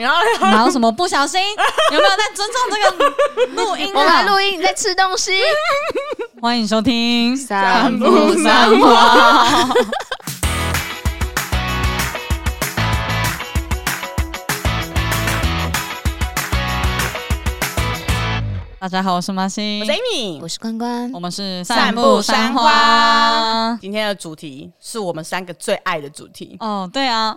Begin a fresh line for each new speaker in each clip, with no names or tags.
然后
哪有什么不小心？有没有在尊重这个录音
我们
啊？
录音你在吃东 西，
欢迎收听《
三
不
三花》。 大家好，我是马欣
我，是 Amy，
我是关关
我，们是
散步
步
山花
花。
今天的主题是我们三个最爱的主题，
哦，对啊，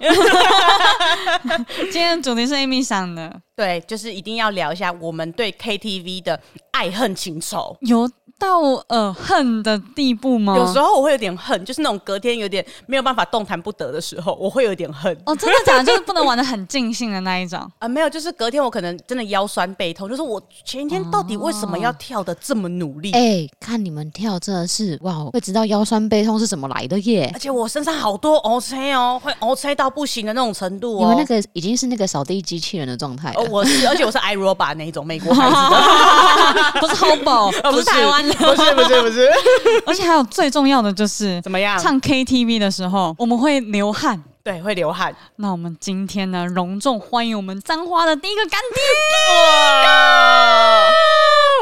今天主题是 Amy 想的，
对，就是一定要聊一下我们对 KTV 的爱恨情仇。
有到呃恨的地步
嗯
吗？
有时候我会有点恨，就是那种隔天有点没有办法动弹不得的时候，我会有点恨。
哦，真的假的？就是不能玩的很尽兴的那 一种。
啊、没有，就是隔天我可能真的腰酸背痛，就是我前一天到底为什么要跳的这么努力？
哎、看你们跳真的是哇，会知道腰酸背痛是怎么来的耶
而。且我身上好多 O C 哦，会 O C 到不行的那种程度哦。
你们那个已经是那个扫地机器人的状态了。
哦，我是，而且我是 iRobot 那一种美国孩子的，
哦 不是 Hobo，不是台湾的，
哦不是不是不是，
而且还有最重要的就是
怎么样？
唱 KTV 的时候，我们会流汗。
对，会流汗。
那我们今天呢，隆重欢迎我们彰化的第一个干
哇！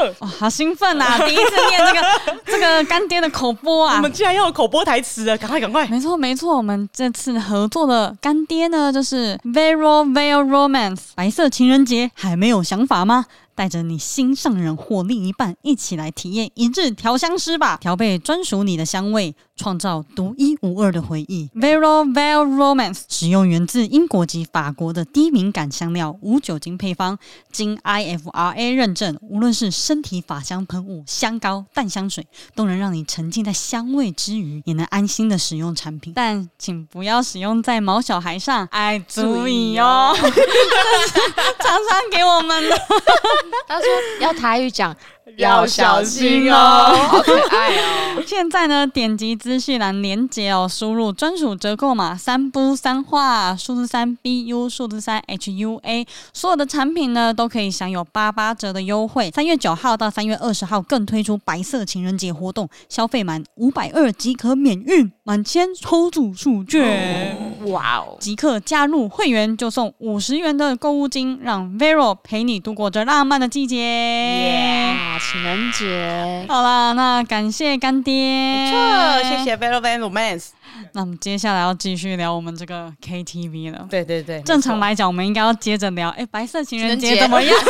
爹，哇、好兴奋啊！第一次念这个这个干爹的口播
我
啊
们。竟然要有口播台词了，赶快赶快！
没错，没错，我们这次合作的干爹呢，就是 Vero Vero Romance 白色情人节，还没有想法吗？带着你心上人或另一半一起来体验一日调香师吧，调配专属你的香味，创造独一无二的回忆。Vero Vero Romance 使用源自英国及法国的低敏感香料，无酒精配方，经 IFRA 认证，无论是身体法香喷雾、香膏、淡香水，都能让你沉浸在香味之余，也能安心的使用产品。但请不要使用在毛小孩上，哎，注意哦！这是常常给我们的
他说要台语讲，
要小心哦
好可爱哦。
现在呢，点击资讯栏连接哦，输入专属折扣码三不三话，数字三 B U，数字三 H U A，所有的产品呢都可以享有八八折的优惠。三月九号到三月二十号更推出白色情人节活动，消费满五百二即可免运，满千抽组数券。
哇哦！
即刻加入会员就送五十元的购物金，让 Vero 陪你度过这浪漫的季节。
啊，情人节，
好啦，那感谢干爹，
没错，谢。谢 Vero Van Romance。
那我们接下来要继续聊我们这个 KTV 了。
对对对，
正常
来。
来讲，我们应该要接着聊，哎、白色情人
情
节
人节
怎么样？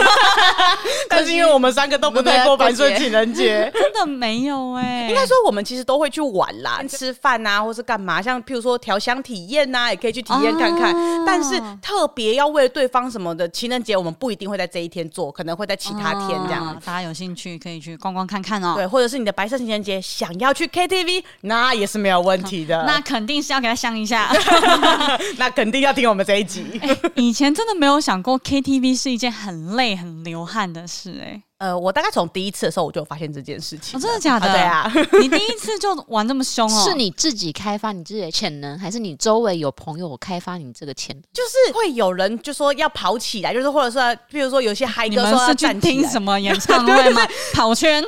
但是因为我们三个都不太过白色情人节，
真的没有哎、
应该说我们其实都会去玩啦，吃饭啊，或是干嘛，像譬如说调香体验呐、也可以去体验看看。
啊
但是特别要为了对方什么的，情人节我们不一定会在这一天做，可能会在其他天这样。
啊大家有兴趣可以去逛逛看看哦。
对，或者是你的白色情人节想要去 KTV，那也是没有问题 的。
那肯定是要给他香一下。
那肯定要听我们这一集。
以前真的没有想过 KTV 是一件很累、很流汗的事、哎。
呃，我大概从第一次的时候我就有发现这件事情
哦，
了。
真的假的？
啊对啊，
你第一次就玩这么凶哦？
是你自己开发你自己的潜能，还是你周围有朋友开发你这个潜能？
就是会有人就说要跑起来，就是或者说，比如说有些嗨
你
歌
们
说要
是去
站起
听
来
什，么演 唱会吗？跑圈？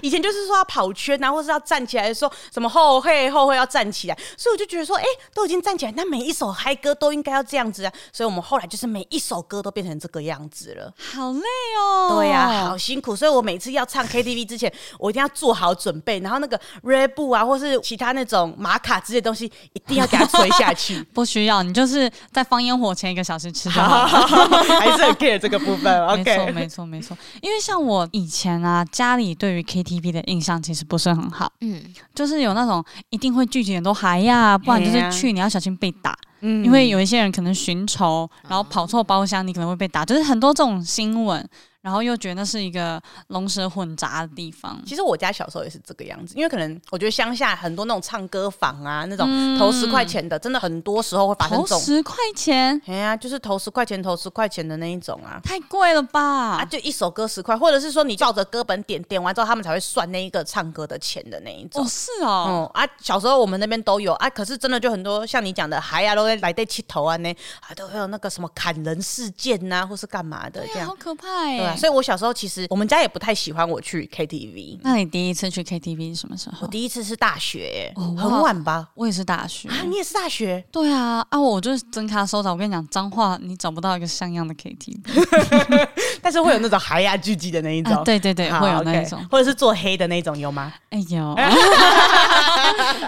以前就是说要跑圈啊，或是要站起来，说什么后会后会要站起来，所以我就觉得说，哎、都已经站起来，那每一首嗨歌都应该要这样子啊，所以我们后来就是每一首歌都变成这个样子了。
好累哦。
对呀、好辛苦，所以我每次要唱 KTV 之前，我一定要做好准备，然后那个 Red Bull 啊，或是其他那种玛卡之类的东西，一定要给它吹下 去。
不需要，你就是在放烟火前一个小时吃就好
好，
了。
还是很 care 这个部分。
没错，
OK，
没错，没错。因为像我以前啊，家里对于 KTV 的印象其实不是很好，
嗯，
就是有那种一定会聚集很多孩呀，不然就
嘿啊
是去你要小心被打，
嗯
因为有一些人可能寻仇，然后跑错包厢，你可能会被打，就是很多这种新闻，然后又觉得那是一个龙蛇混杂的地方。
其实我家小时候也是这个样子，因为可能我觉得乡下很多那种唱歌房啊，那种投十块钱的，真的很多时候会发生
嗯投
这种。
十块钱
哎呀、就是投十块钱、投十块钱的那一种啊。
太贵了吧？
啊，就一首歌十块，或者是说你照着歌本点，点完之后他们才会算那一个唱歌的钱的那一种
哦，。是哦，
哦、啊，小时候我们那边都有啊，可是真的就很多像你讲的，还啊都会来对气头啊呢，啊都会有那个什么砍人事件呐、或是干嘛的这
哎呀
样
好。可怕哎、
对啊，啊，所以我小时候其实我们家也不太喜欢我去 KTV。
那你第一次去 KTV 是什么时候
我？第一次是大学、
哦哇嗯
很晚吧？
我也是大学。
啊，你也是大学？
对啊，啊，我就是真卡收找。我跟你讲，脏话你找不到一个像样的 KTV
但是会有那 种海牙聚集的那一种，
啊，对对对，
好
会有那
OK
一种，
或者是做黑的那一种有吗？
哎呦，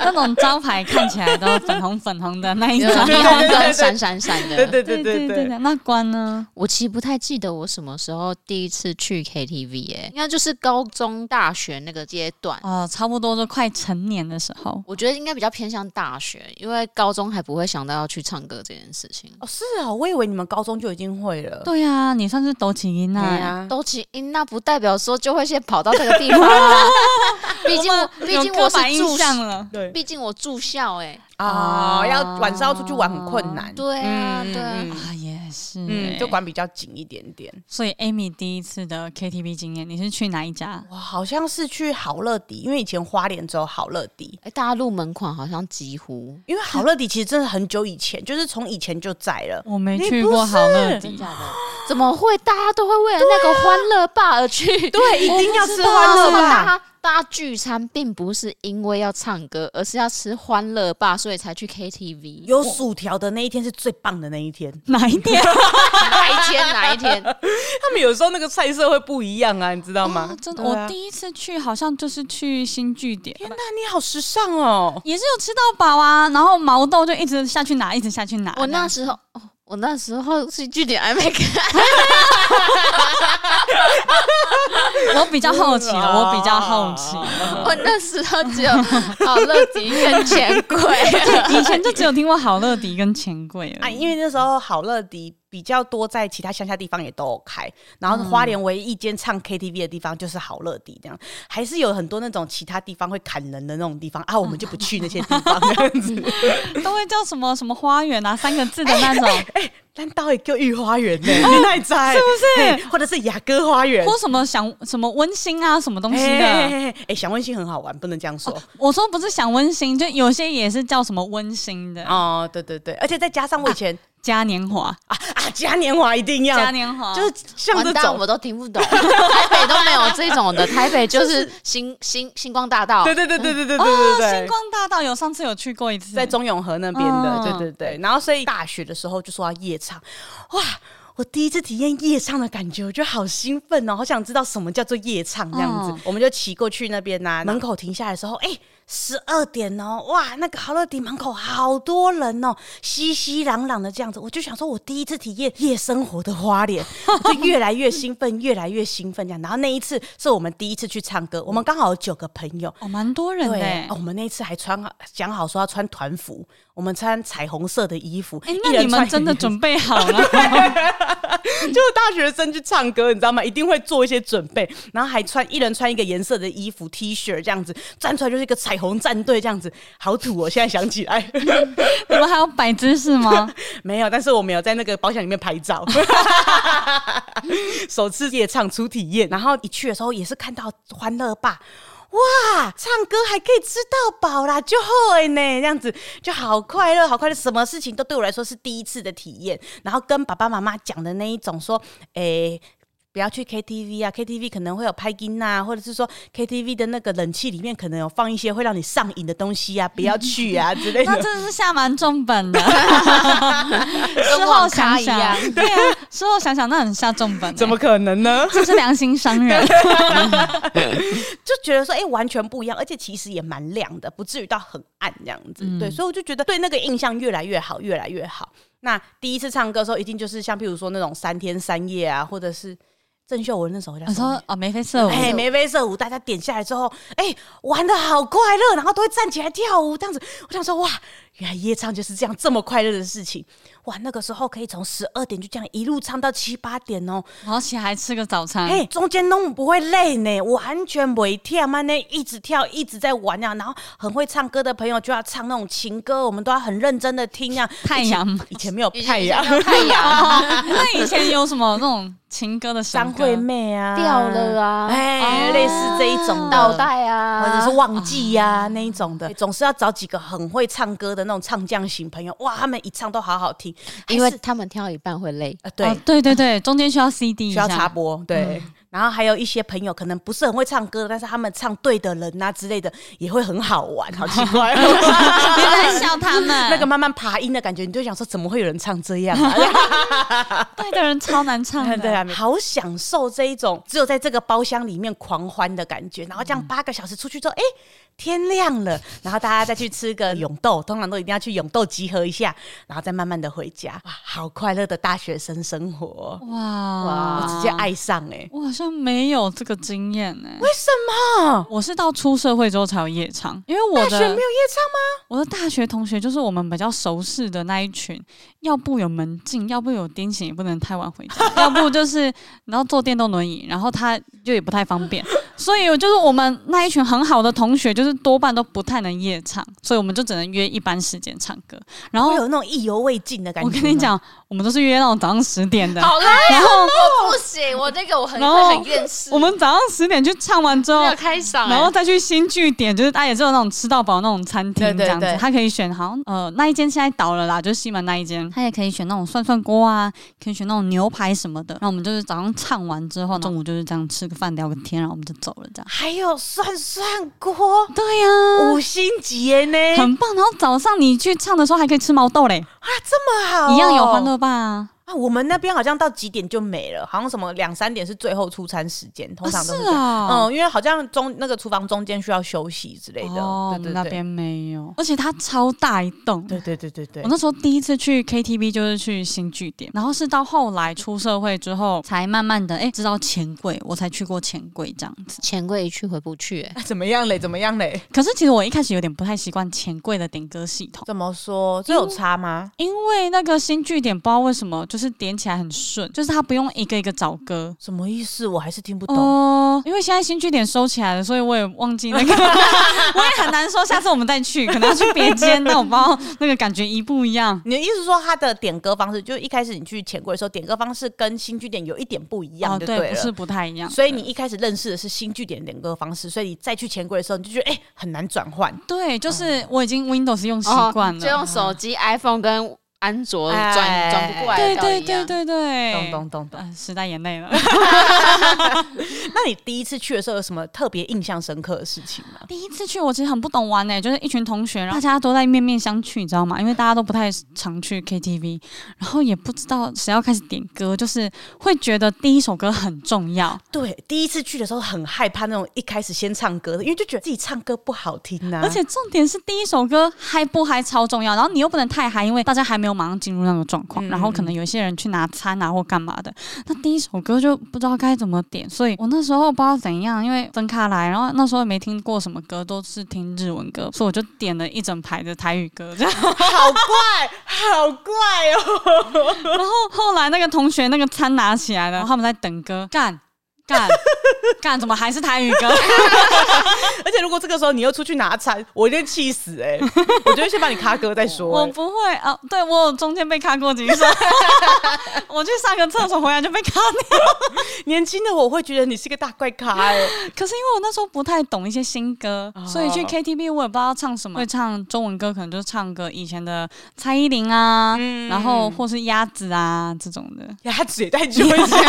那种招牌看起来都粉红粉红的那 一
有
种。
霓虹灯闪闪闪的。
对
呃对
对
对对，那关呢？
我其实不太记得我什么时候第一次去 KTV，哎、应该就是高中、大学那个阶段。
哦，差不多就快成年的时候。
我觉得应该比较偏向大学，因为高中还不会想到要去唱歌这件事情。
哦，是啊，我以为你们高中就已经会了。
对啊，你算是抖起音
对
啊。
啊，
都起因，那不代表说就会先跑到这个地方啊。毕竟我，
啊
毕竟我
有刻板
是
印
住
象了。
对
毕竟我住校哎、
啊，
啊
要晚上要出去玩很困难。
对啊，
嗯
对啊，
嗯
啊，也是欸，
嗯，就管比较紧一点点。
所以 Amy 第一次的 KTV 经验，你是去哪一家？
我好像是去好乐迪，因为以前花莲只有好乐迪。
哎、大家入门款好像几乎
因为好乐迪其实真的很久以前，就是从以前就在了。
我没
你
去
不
过好乐
真
迪，
假的，怎么会大家都会为了那个欢乐吧而去？
对，一定要吃
为
欢
什
乐
么大
啊
吧。
家啊大家聚餐并不是因为要唱歌，而是要吃欢乐吧，所以才去 KTV。
有薯条的那一天是最棒的那一天。
哪一点？
哪一天？哪一天？
他们有时候那个菜色会不一样啊，你知道吗
啊？真的，
对啊
我第一次去好像就是去新据点，
天哪，你好时尚哦！
也是有吃到饱啊，然后毛豆就一直下去拿，一直下去拿。
我那时候，哦，我那时候是据点还没看，
我比较好奇了，我比较好 奇，
我那时候只有好乐迪跟钱柜。
以前就只有听过好乐迪跟钱柜
啊，
而已。
因为那时候好乐迪比较多，在其他乡下地方也都有开，然后花莲唯一一间唱 KTV 的地方就是好乐迪，这样还是有很多那种其他地方会砍人的那种地方啊，我们就不去那些地 方这样子。
都会叫什么什么花园啊，三个字的那种，
哎但到也就御花 园呢、你那在是
不是
或者是雅歌花园？
或什么想什么温馨啊，什么东西
哎哎
的。
哎哎哎，想温馨很好玩，不能这样说
我说不是想温馨，就有些也是叫什么温馨的，
哦。对对对，而且再加上我以前
嘉年华，
啊啊，嘉年华一定要
嘉，年华
就是像这
完蛋，
种
我都听不懂，台北都没有这种的，台北就是星星星光大道
对，对对对对对对
哦
对，对
星光大道有上次有去过一次，
在中永和那边的，
嗯
对对对。然后所以大学的时候就说要夜唱，哇！我第一次体验夜唱的感觉，我觉得好兴奋哦，好想知道什么叫做夜唱这样子。
嗯
我们就骑过去那边呐、门口停下来的时候，哎、十二点哦，哇，那个好乐迪门口好多人哦，熙熙攘攘的这样子，我就想说，我第一次体验夜生活的花 莲，我就越来越兴奋，越来越兴奋这样。然后那一次是我们第一次去唱歌，我们刚好有九个朋友，
哦，蛮多人的
对、
欸。
哦我们那一次还穿好讲好说要穿团服，我们穿彩虹色的衣服。
哎、
一
那
人
你
穿
们
一
真 的
件
准备好了？
就大学生去唱歌，你知道吗？一定会做一些准备，然后还穿一人穿一个颜色的衣服 T 恤这样子，站出来就是一个彩虹战队这样子，好土哦！现在想起来
你们还有摆姿 势吗？
没有，但是我们有在那个包厢里面拍照， 首次夜唱初体验。然后一去的时候也是看到欢乐吧。哇，唱歌还可以吃到饱啦，就后哎呢，这样子就好快乐，好快乐，什么事情都对我来说是第一次的体验。然后跟爸爸妈妈讲的那一种说，诶、不要去 KTV 啊，KTV 可能会有拍音呐、啊，或者是说 KTV 的那个冷气里面可能有放一些会让你上瘾的东西啊，不要去啊之类的。
那真的是下蛮重 本的。事
跟
后
网
想
咖一
想
样。，
对啊，事后想想那很下重本、欸。
怎么可能呢？
这是良心商 人？
就觉得说，哎、完全不一样，而且其实也蛮亮的，不至于到很暗这样子。
嗯
对，所以我就觉得对那个印象越来越好，越来越好。那第一次唱歌的时候，一定就是像譬如说那种三天三夜啊，或者是郑秀文那首叫
我
什么
说？哦，眉飞色舞。
哎、眉飞色舞，大家点下来之后，哎、玩的好快乐，然后都会站起来跳舞这样子。我想说，哇，原来夜唱就是这样这么快乐的事情。哇，那个时候可以从十二点就这样一路唱到七八点哦、
然后起来吃个早
嗯
餐。
嘿，中间都不会累呢，完全不会跳嘛呢，一直跳，一直在玩啊。然后很会唱歌的朋友就要唱那种情歌，我们都要很认真的听啊。
太阳，
以前没有太阳，
太 阳
那以前有什么那种情歌的神
哎张
歌
惠妹啊，
掉了啊
哎、
哦
类似这一种的
倒带啊，
啊
嗯
或者是忘记呀、那一种的，总是要找几个很会唱歌的，那种唱将型朋友，哇，他们一唱都好好听，
因为
还是
他们跳一半会累。
呃对
哦，对对对，中间需要 CD 一
需
下
要插播，对。
嗯
然后还有一些朋友可能不是很会唱歌，但是他们唱对的人呐、啊之类的，也会很好玩， 好奇怪、哦。
不要来笑他们
那个慢慢爬音的感觉，你就想说怎么会有人唱这样、 啊？
对的人超难唱的，
对啊，好享受这一种只有在这个包厢里面狂欢的感觉。然后这
嗯
样八个小时出去之后，哎、天亮了，然后大家再去吃个永豆，通常都一定要去永豆集合一下，然后再慢慢的回家。哇，好快乐的大学生生活，
哇
我直接，爱上哎、
我好像没有这个经验呢、
为什么？
我是到出社会之后才有夜唱，因为
大
我
学没有
的
夜唱吗？
我的大学同学就是我们比较熟识的那一群，要不有门禁，要不有癫痫，也不能太晚回家， 要不就是然后坐电动轮椅，然后他就也不太 方便，所以就是我们那一群很好的同学，就是多半都不太能夜唱，所以我们就只能约一般时间唱歌，然后
会。有那种意犹未尽的感觉。
我跟你，讲，我们都是约那种早上十点的，
好累，
然后
不行，我这个我很
然后
很厌世。
我们早上十点去唱完之后
没，有开嗓欸，
然后再去新据点，就是它也是有那种吃到饱那种餐厅
对对
这样子
对，
它可以选好像呃那一间现在倒了啦，就是西门那一间，它也可以选那种涮涮锅啊，可以选那种牛排什么的。然后我们就是早上唱完之后，中午就是这样吃个饭聊个天，然后我们就走了这样。哦
还有涮涮锅，
对呀、
五星级耶呢，
很棒。然后早上你去唱的时候还可以吃毛豆嘞，
啊，这么好哦、
一样有欢乐吧？
啊。我们那边好像到几点就没了，好像什么两三点是最后出餐时间，通常
是
都是这样。
啊，
嗯，因为好像中那个厨房中间需要休息之类的，
哦，我
对
们
对
那
对
边没有，而且它超大一栋，
对对对对对
我，那时候第一次去 KTV 就是去新据点，然后是到后来出社会之后，才慢慢的哎、知道钱柜，我才去过钱柜这样子。
钱柜一去回不去欸，
那 怎么样嘞？怎么样嘞？
可是其实我一开始有点不太习惯钱柜的点歌系统，
怎么说？这有差吗？
因为那个新据点不知道为什么就是点起来很顺，就是它不用一个一个找歌。
什么意思？我还是听不懂。
哦，因为现在新据点收起来了，所以我也忘 记那个，我也很难说。下次我们再去，可能要去别间，但我不知道那个感觉一不一样。
你的意思是说，他的点歌方式，就一开始你去钱柜的时候，点歌方式跟新据点有一点不一样，
哦，
就
对，
了。
不是不太一样。
所以你一开始认识的是新据点的点歌方式，所以你再去钱柜的时候，你就觉得哎、很难转换。
对，就是
嗯
我已经 Windows 用习
哦
惯了，嗯
就用手机 iPhone 跟安卓
哎
转转不过来
对
的道理
对
一
对
样，
对对，
咚咚咚咚。
呃，时代眼泪了。
那你第一次去的时候有什么特别印象深刻的事情吗？
第一次去，我其实很不懂玩呢、欸就是一群同学，然后大家都在面面相觑，你知道吗？因为大家都不太常去 KTV，然后也不知道谁要开始点歌，就是会觉得第一首歌很重要，
对，第一次去的时候很害怕那种一开始先唱歌的，因为就觉得自己唱歌不好听啊呐、
而且重点是第一首歌嗨不嗨超重要，然后你又不能太嗨，因为大家还没有马上进入那个状况，
嗯
然后可能有一些人去拿餐啊或干嘛的，那第一首歌就不知道该怎么点，所以我那时候不知道怎样，因为分开来，然后那时候也没听过什么歌，都是听日文歌，所以我就点了一整排的台语歌，这样
好怪，好怪哦！
然后后来那个同学那个餐拿起来了，然后他们在等歌，干干干，怎么还是台语歌？
而且如果这个时候你又出去拿餐，我一定气死哎、我觉得先把你卡歌再说、
我
欸。
不会啊，对我有中间被卡过几次， 我去上个厕所回来就被卡掉。
年轻的我会觉得你是个大怪咖哎、
可是因为我那时候不太懂一些新歌，
哦
所以去 KTV 我也不知道唱什么，会唱中文歌可能就唱个以前的蔡依林啊，
嗯
然后或是鸭子啊这种的。
鸭子也太久以前，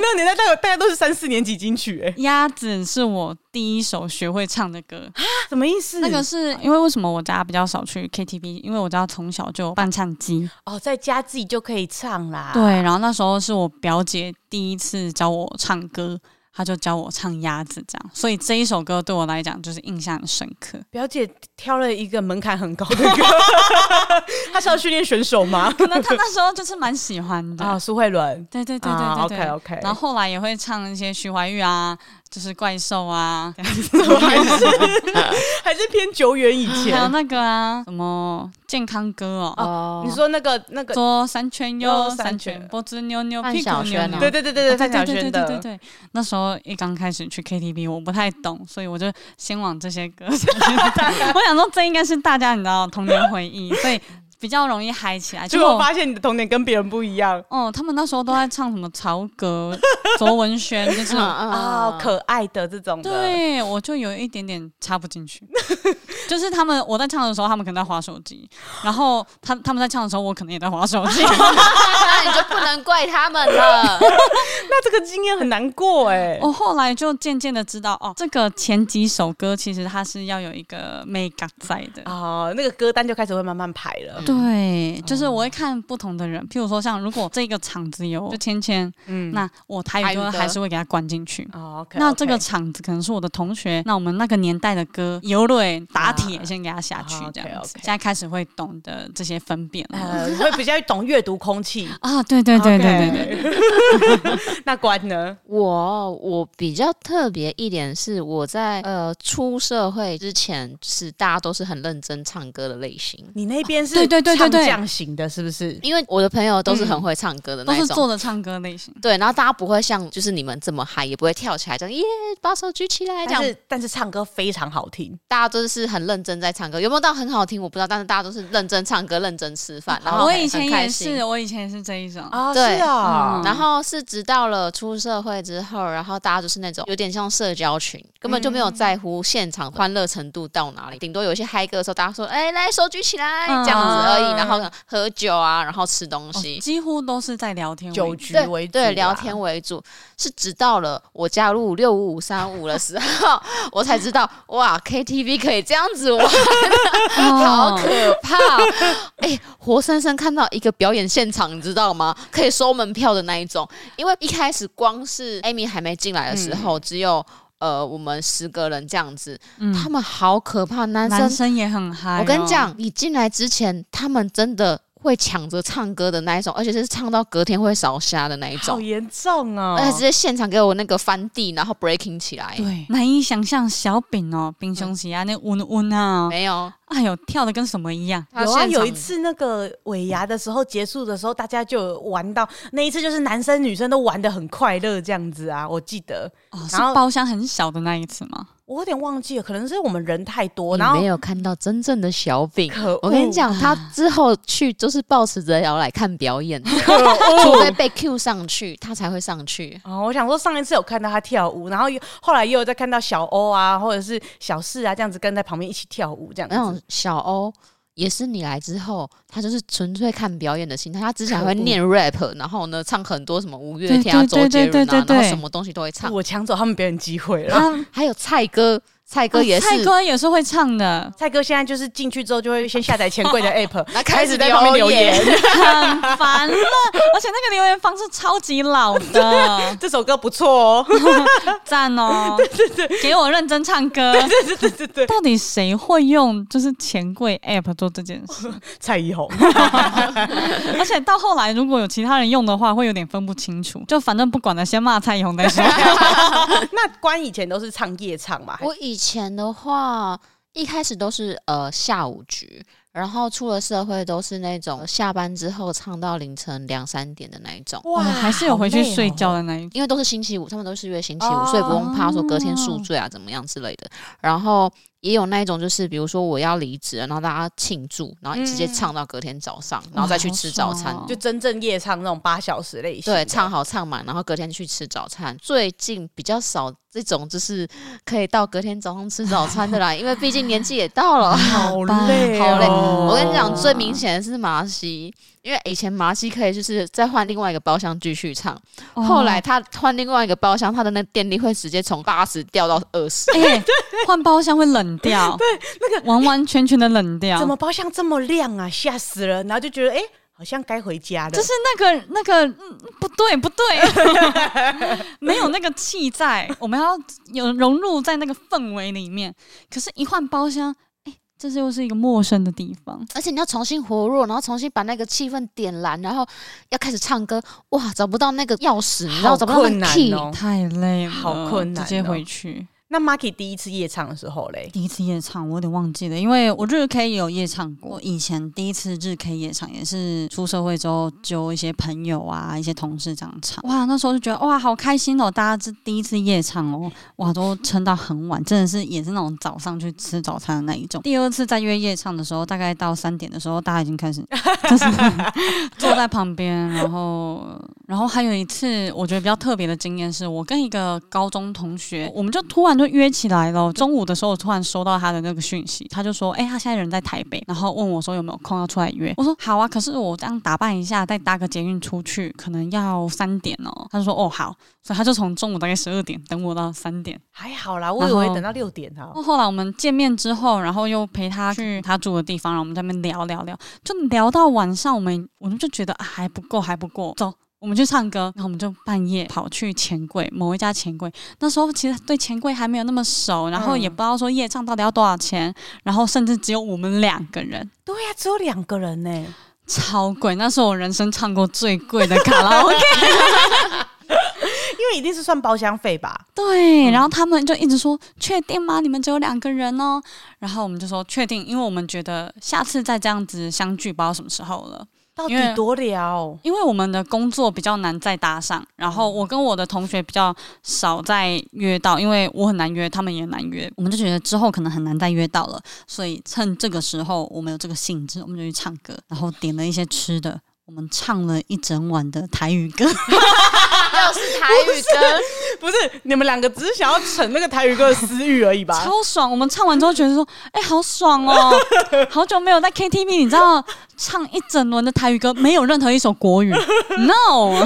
那年代大概大家都是三四年级金曲哎、
鸭子是我第一首学会唱的歌，
什么意思？
那个是因为为什么我家比较少去 KTV？因为我家从小就有伴唱机，
哦，在家自己就可以唱啦。
对，，然后那时候是我表姐第一次教我唱歌，她就教我唱鸭子这样，所以这一首歌对我来讲就是印象很深刻。
表姐挑了一个门槛很高的 歌，她是要训练选手吗？
可能她那时候就是蛮喜欢 的。
啊，苏慧伦。
对对对对对对、
o k 啊 OK，
然后后来也会唱一些徐怀钰啊，就是怪兽啊，
还是还是偏久远以
还有
前。
那个啊，什么健康歌哦，
哦
你说那个那个，
左三圈右
右
三
三圈
圈，脖子扭扭，
范
屁股
晓
扭
萱
扭。
哦
对对对对对，
对
范
对
晓
对对
萱
对对
的。
对，那时候一刚开始去 KTV，我不太懂，所以我就 先往这些歌。我想说这应该是大家你知道童年回忆，所以比较容易嗨起来。
结
结
果
果
发现你的童年跟别人不一样
哦，他们那时候都在唱什么曹格、 卓文萱，就是
啊
啊、
啊，
可爱的这种的，
对我就有一点点插不进去， 就是他们我在唱的时候，他们可能在划手机，然后他他们在唱的时候，我可能也在划手机。
那你就不能怪他们了。
那这个经验很难过哎、
我后来就渐渐的知道，哦，这个前几首歌其实它是要有一个 make up 在的。
哦，那个歌单就开始会慢慢排了。
对，就是
哦
我会看不同的人，譬如说像如果这个场子有就芊芊，
嗯，
那我台语就
台语
会
歌
还是会给他关进去。
哦，OK，
那这个
OK
场子可能是我的同学，那我们那个年代的歌，有蕊打铁先给他下去
啊
这样子，
OK，OK
现在开始会懂得这些分辨了。
呃，会比较懂阅读空气。
啊，对对对对对对，
对对。 那关呢？
我我比较特别一点是，我在呃出社会之前是大家都是很认真唱歌的类型，
你那边是
对对对对对
唱将型的，是不是？
因为我的朋友都是很会唱歌的
嗯都
那一
是
种。
做的唱歌类型。
对，然后大家不会像就是你们这么嗨，也不会跳起来这样耶，把手举起来这
但
样。
是但是唱歌非常好听，
大家都是很认真在唱歌，有没有到很好听我不知道，但是大家都是认真唱歌、认真吃饭，然后
哦我
很
以前
很开
也
心哦
是，我以前也是这一种。
啊
对
是啊
嗯，
然后是直到了出社会之后，然后大家就是那种有点像社交群，根本就没有在乎现
嗯
场欢乐程度到哪里，顶多有一些嗨歌的时候，大家说：“哎、来手举起来”
嗯
这样子而
嗯
已。然后喝酒啊，然后吃东
哦
西，
几乎都是在聊天为主，啊
酒局为
对
主
对，
啦
聊天为主。是直到了我加入六五五三五的时候，我才知道哇，KTV 可以这样子玩， 好
哦
可怕！ 哎、活生生看到一个表演现场，你知道吗？可以收门票的那一种。因为一开始光是 Amy 还没进来的时候，只有呃我们十个人这样子，他们好可怕，男生。
嗯男生也很嗨哦。
我跟你讲，你进来之前，他们真的会抢着唱歌的那一种，而且是唱到隔天会烧瞎的那一
好
种，
严重哦
而且直。接现场给我那个翻地，然后 breaking 起来。
对，难以想象小饼哦，冰熊喜啊，那温温啊，
嗯没有，
哎呦，跳的跟什么一样。
他
有啊，
现场
有一次那个尾牙的时候结束的时候，大家就有玩到那一次，就是男生女生都玩的很快乐这样子啊，我记得
哦，是
然后
包厢很小的那一次吗？
我有点忘记了，可能是我们人太多，
你
然后
没有看到真正的小饼。
可恶
哦
我跟你讲，他之后去就是抱持着要来看表演，
哦
除非被 Q 上去，他才会上去。
哦，我想说上一次有看到他跳舞，然后又后来又有在看到小欧啊，或者是小四啊这样子跟在旁边一起跳舞这样
那
子
种。小欧也是你来之后，他就是纯粹看表演的心态。他之前还会
可恶
念 rap，然后呢唱很多什么五月
对
天啊、
对
周杰
对对
伦啊，
对
然后
对
什么东西都会唱。
我抢走他们表演机会了。，
啊，
还有蔡哥，蔡哥也是，
哦蔡哥也是会唱的
蔡哥现在就是进去之后就会先下载钱柜的 app，
那
开
开
始
始
在旁边留
留言
言。
很 烦了。而且那个留言方式超级老的，
这首歌不错哦，
赞 哦！对对对，给我认真唱歌。
对对对，
到底谁会用就是钱柜 app 做这件 事？
蔡依红。
而且到后来，如果有其他人用的话，会有点分不清楚。就反正不管了，先骂蔡勇再 说。
那关以前都是唱夜唱嘛，
我以前的话，一开始都是呃下午局，然后出了社会都是那种下班之后唱到凌晨两三点的那一种。
哇，哦还是有回去睡觉
好累哦。
的那一种。
因为都是星期五，他们都是约星期五，
哦
所以不用怕说隔天
哦
宿醉啊怎么样之类的。然后也有那一种，就是比如说我要离职了，然后大家庆祝，然后直接唱到隔天早上，哦然后再去吃早餐。
嗯哇好爽哦
就真正夜唱那种八小时类型的，
对，唱好唱满，然后隔天去吃早餐。最近比较少这种，就是可以到隔天早上吃早餐的啦，因为毕竟年纪也到了。
好
吧
累哦，
好累！
哦
我跟你讲，最明显的是麻西，因为以前麻西可以就是再换另外一个包厢继续唱，
哦
后来他换另外一个包厢，他的那电力会直接从八十掉到二十。
哎，换包厢会冷掉，对，那个完完全全的冷掉。
怎么包厢这么亮啊，吓死了！然后就觉得哎、诶好像该回家了。
就是那个那个、嗯、不对不对， 没有那个气在，我们要有融入在那个氛围里面。可是，一换包厢，哎、这是又是一个陌生的地方。
而且你要重新活络，然后重新把那个气氛点燃，然后要开始唱歌，哇，找不到那个钥匙，你知道
好
找不到那
困
个
难
key，、
哦，
太累了，呃
好困难哦
直接回去。
那 Marky 第一次夜唱的时候嘞，
第一次夜唱，我有点忘记了，因为我日 K 也有夜唱过。
哦
我以前第一次日 K 夜唱也是出社会之后，揪一些朋友啊、一些同事这样唱。哇，那时候就觉得哇，好开心哦！大家这第一次夜唱哦，哇，都撑到很晚，真的是也是那种早上去吃早餐的那一种。第二次在约夜唱的时候，大概到三点的时候，大家已经开始就是 坐在旁边，然后然后还有一次，我觉得比较特别的经验是，我跟一个高中同学，我们就突然就约起来了。中午的时候，我突然收到他的那个讯息，他就说：“哎、他现在人在台北，然后问我说有没有空要出来约。”我说：“好啊，可是我这样打扮一下，再搭个捷运出去，可能要三点哦。”他就说：“哦，好。”所以他就从中午大概十二点等我到三点。
还好啦，我以
然后
为等到六点啊
然。后后来我们见面之后，然后又陪他去他住的地方，然后我们在那边聊聊聊，就聊到晚上，我们我们就觉得、啊、还不够，还不够，走。我们去唱歌，然后我们就半夜跑去钱柜某一家钱柜。那时候其实对钱柜还没有那么熟，然后
嗯
也不知道说夜唱到底要多少钱，然后甚至只有我们两个人，
对呀、只有两个人呢、
超贵。那是我人生唱过最贵的卡拉 OK。
因为一定是算包厢费吧。
对，然后他们就一直说：“确定吗？你们只有两个人哦。”然后我们就说：“确定，因为我们觉得下次再这样子相聚，不知道什么时候了。
到
因为
底多聊？
因为我们的工作比较难再搭上，然后我跟我的同学比较少再约到，因为我很难约，他们也难约，我们就觉得之后可能很难再约到了，所以趁这个时候我们有这个兴致，我们就去唱歌，然后点了一些吃的。”我们唱了一整晚的台语歌，
又是台语歌，
不是你们两个只是想要逞那个台语歌的私欲而已吧？
超爽！我们唱完之后觉得说，哎、好爽 哦，好久没有在 KTV，你知道唱一整轮的台语歌，没有任何一首国 语，no，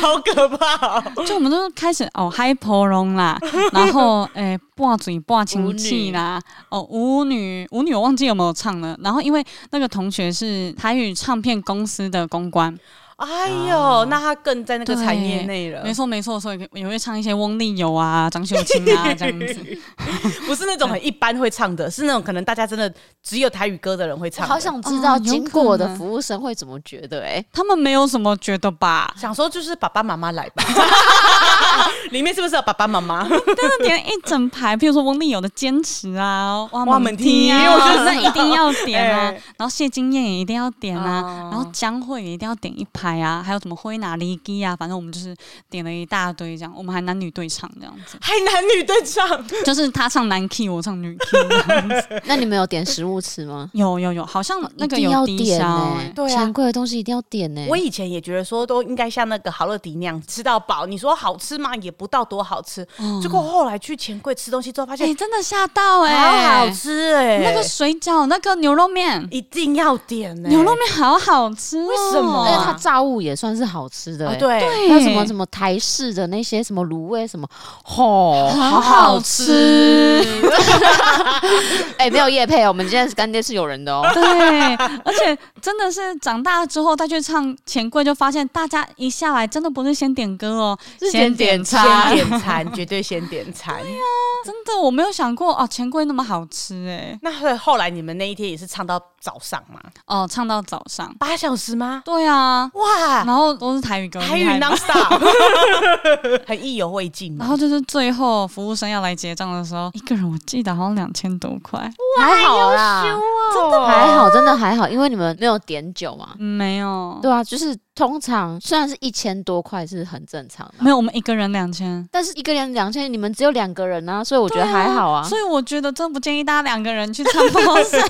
好可怕、哦！
就我们就开始哦嗨婆龙 啦，然后哎挂、嘴挂亲戚啦，哦舞女舞女我忘记有没有唱了，然后因为那个同学是台语唱片公司的公 关，
哎呦，那他更在那个产业内了
没，错没错，所以也会唱一些翁立友啊、张秀清啊这样 子。
不是那种很一般会唱的，是那种可能大家真的只有台语歌的人会
我
唱的。
好想知道
哦有
经过我
可
的
能
服务生会怎么觉得、欸？
他们没有什么觉得吧？
想说，就是爸爸妈妈来吧，里面是不是有爸爸妈妈？
真的点一整排，譬如说翁立友的《坚持》啊，
哇
哇猛
猛踢
啊，
我就
那一定要点啊
哎，
然后谢金燕也一定要点啊
哦，，
然后江蕙也一定要点一排啊，还有什么灰拿利基啊，反正我们就是点了一大堆这样，我们还男女对唱这样子
还男女对唱，
就是他唱男 key，我唱女 key 这样子。
哎，那你们有点食物吃 吗？
有有有，好像那个
一定要
有低
点欸
消
呢、
哎、
对啊
钱贵的东西一定要点
嗯
欸呢、
我以前也觉得说都应该像那个好乐迪那样吃到饱。你说好吃吗？也不到多好吃。结果后来去钱柜吃东西之后，发
嗯哎、
现
真的吓到哎、
好好吃哎、
那个水饺，那个牛肉面，
一定要点欸呢、
牛肉面好好吃、哦，
为什么
而且
啊
它炸物也算是好吃的、欸
哦，对，
哎对
还有什么什么台式的那些什么卤味什么，吼、
好好吃。
哎、没有叶配哦，我们今天是干爹是有人的哦。
对，而且真的是长大之后再去唱钱柜，就发现大家一下来真的不是先点歌哦，
是
先
先点
先
餐。啊
点餐，绝对先点 餐。
真的，我没有想过哦，钱柜那么好吃哎、
那后后来你们那一天也是唱到早上吗？
哦，唱到早上。
八小时吗？
对啊，
哇，
然后都是台语歌，
台
厉
语
害吧
non stop，很 意犹未尽嘛。
然后就是最后服务生要来结账的时候，一个人我记得好像两千多块，
还好啦，
真
哦
的
还好，真的还好，因为你们没有点酒嘛。
嗯没有，
对啊，就是通常虽然是一千多块是很正常的，
没有，我们一个人两千。
但是一个人两千，你们只有两个人啊，所以我觉得还好啊。哦
所以我觉得真不建议大家两个人去唱 包厢。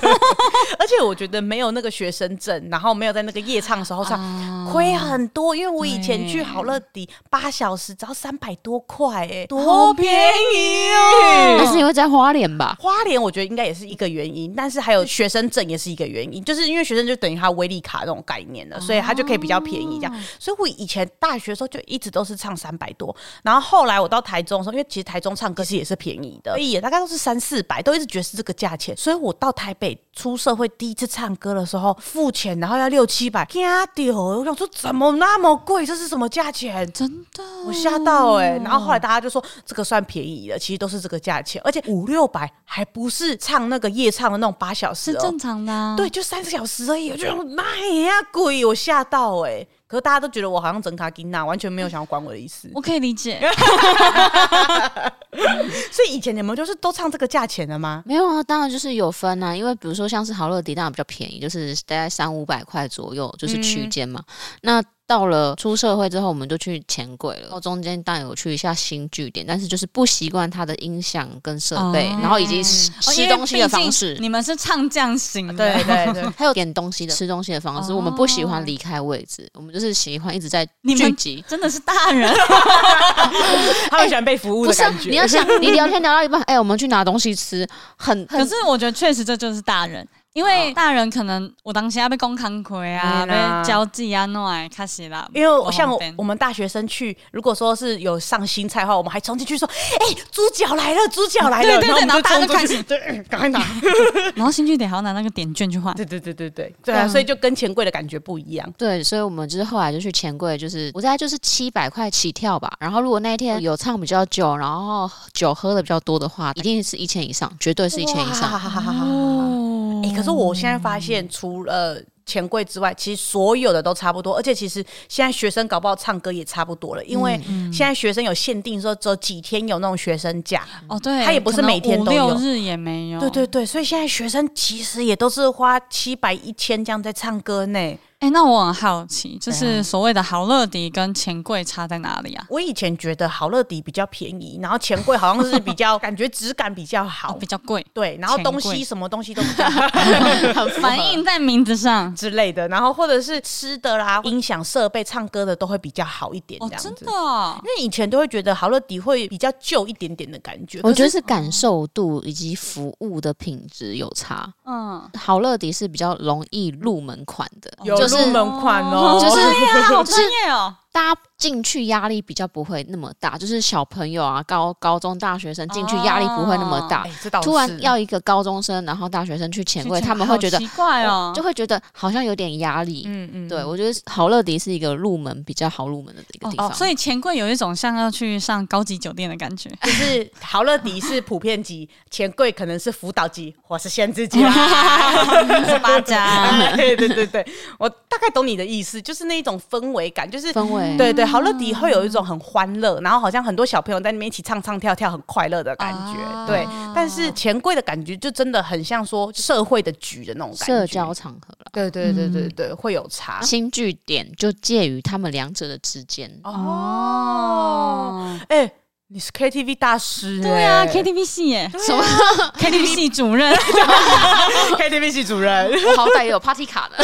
而且我觉得没有那个学生证，然后没有在那个夜唱的时候唱，亏很多。因为我以前去好乐迪八小时只要三百多块，哎，多便宜
但
哦！
是因为在花莲吧，
花莲我觉得应该也是一个原因，但是还有学生证也是一个原因，就是因为学生就等于它威力卡那种概念了，所以它就可以比较便宜这样。所以我以前大学的时候就一直都是唱三百多，然后后来我到台中的时候，因为其实台中唱歌其实也是便宜的，所以也大概都是三四百，都一直觉得是这个价钱。所以我到台北出社会第一次唱歌的时候，付钱然后要六七百，吓掉！我想说怎么那么贵，这是什么价钱？
真的，
我吓到哎、然后后来大家就说这个算便宜的，其实都是这个价钱，而且
嗯
五六百还不是唱那个夜唱的那种八小时
是
哦
正，常的、啊。
对，就三个小时而已，我就想妈呀贵，我吓到哎、可是大家都觉得我好像整卡金娜，完全没有想要管我的意思。
我可以理解。
所以以前你们就是都唱这个价钱的 吗？
没有啊，当然就是有分啊，因为比如说像是好乐迪，当然比较便宜，就是大概三五百块左右，
嗯
就是区间嘛。那到了出社会之后，我们就去钱柜了，然后中间当然有去一下新据点，但是就是不习惯它的音响跟设备，
哦
然后以及吃
哦
吃东西的方式
因为毕竟。你们是唱将型的，
对对对，
还有点东西的吃东西的方式，
哦
我们不喜欢离开位置，我们就是喜欢一直在
你
聚
们
集。
真的是大 人，
他们喜欢被服务
不
的
是啊
感觉。
你要想，你聊天聊到一半，哎、我们去拿东西吃，很
可
很
是我觉得确实这就是大人。因为大人可能我当时要被公康亏啊，
哦对啦
被交际啊弄来开始啦。
因为我像
不
我
方便
我们大学生去，如果说是有上新菜的话，我们还冲进去说：“哎、猪脚来了，猪脚来了！”
对对对
然后我们
然后大家
就
就
冲
开
出去，
始
对，赶快拿。
然后新据点还要拿那个点券去换，
对对对对对对
对啊
啊！所以就跟钱柜的感觉不一样。
对，所以我们就是后来就去钱柜，就是我大概就是七百块起跳吧。然后如果那一天有唱比较久，然后酒喝的比较多的话，一定是一千以上，绝对是一千以上。
上。
哦
哎、可是我现在发现，除了钱柜之外，其实所有的都差不多，而且其实现在学生搞不好唱歌也差不多了，因为现在学生有限定说只有几天有那种学生假。
哦，对，
它也不是每天都有
可能五六日也没有。
对对对，所以现在学生其实也都是花七百一千这样在唱歌呢。
哎、那我很好奇，就
怎
是所谓的好乐迪跟钱柜差在哪里啊？
我以前觉得好乐迪比较便宜，然后钱柜好像是比 较感觉质感比较好
哦，，比较贵，
对，然后
钱
东
柜
西什么东西都比较 好
反映在名字上。
之类的，然后或者是吃的啦、音响设备、唱歌的都会比较好一点，
哦
这，样
真
子。
的哦
因为以前都会觉得好乐迪会比较旧一点点的感觉，
我觉
得
得是感受度以及服务的品质有差。
哦
嗯，
好乐迪是比较容易入门款的，
有
就是
入门款哦，
就是
啊， 好
就是
专业哦。
大家进去压力比较不会那么大，就是小朋友啊、高高中大学生进去压力不会那么大。
哎，这倒
突然
是
要一个高中生，然后大学生去钱柜，
去
他们会觉得
好奇怪哦，
就会觉得好像有点压力。
嗯嗯，
对，我觉得好乐迪是一个入门比较好入门的一个地方，
哦，所以钱柜有一种像要去上高级酒店的 感觉。
就是好乐迪是普遍级，钱柜可能是辅导级，我是限制级 啦。
是八家，
对对对对，我大概懂你的意思，就是那一种氛围感，就是
氛围
对对，好乐迪会有一种很欢乐，然后好像很多小朋友在那边一起唱唱跳跳，很快乐的感觉。
啊
对，但是钱柜的感觉就真的很像说社会的局的那种感觉，
社交。场合啦，
对对对对对，会有差。
新据点就介于他们两者的之间。
嗯
哦，哎、你是 KTV 大师、欸，
对啊，KTV 系耶， 什么 KTV 系主任？
哎
KTV 系主任，
我好歹也有 party 卡 的，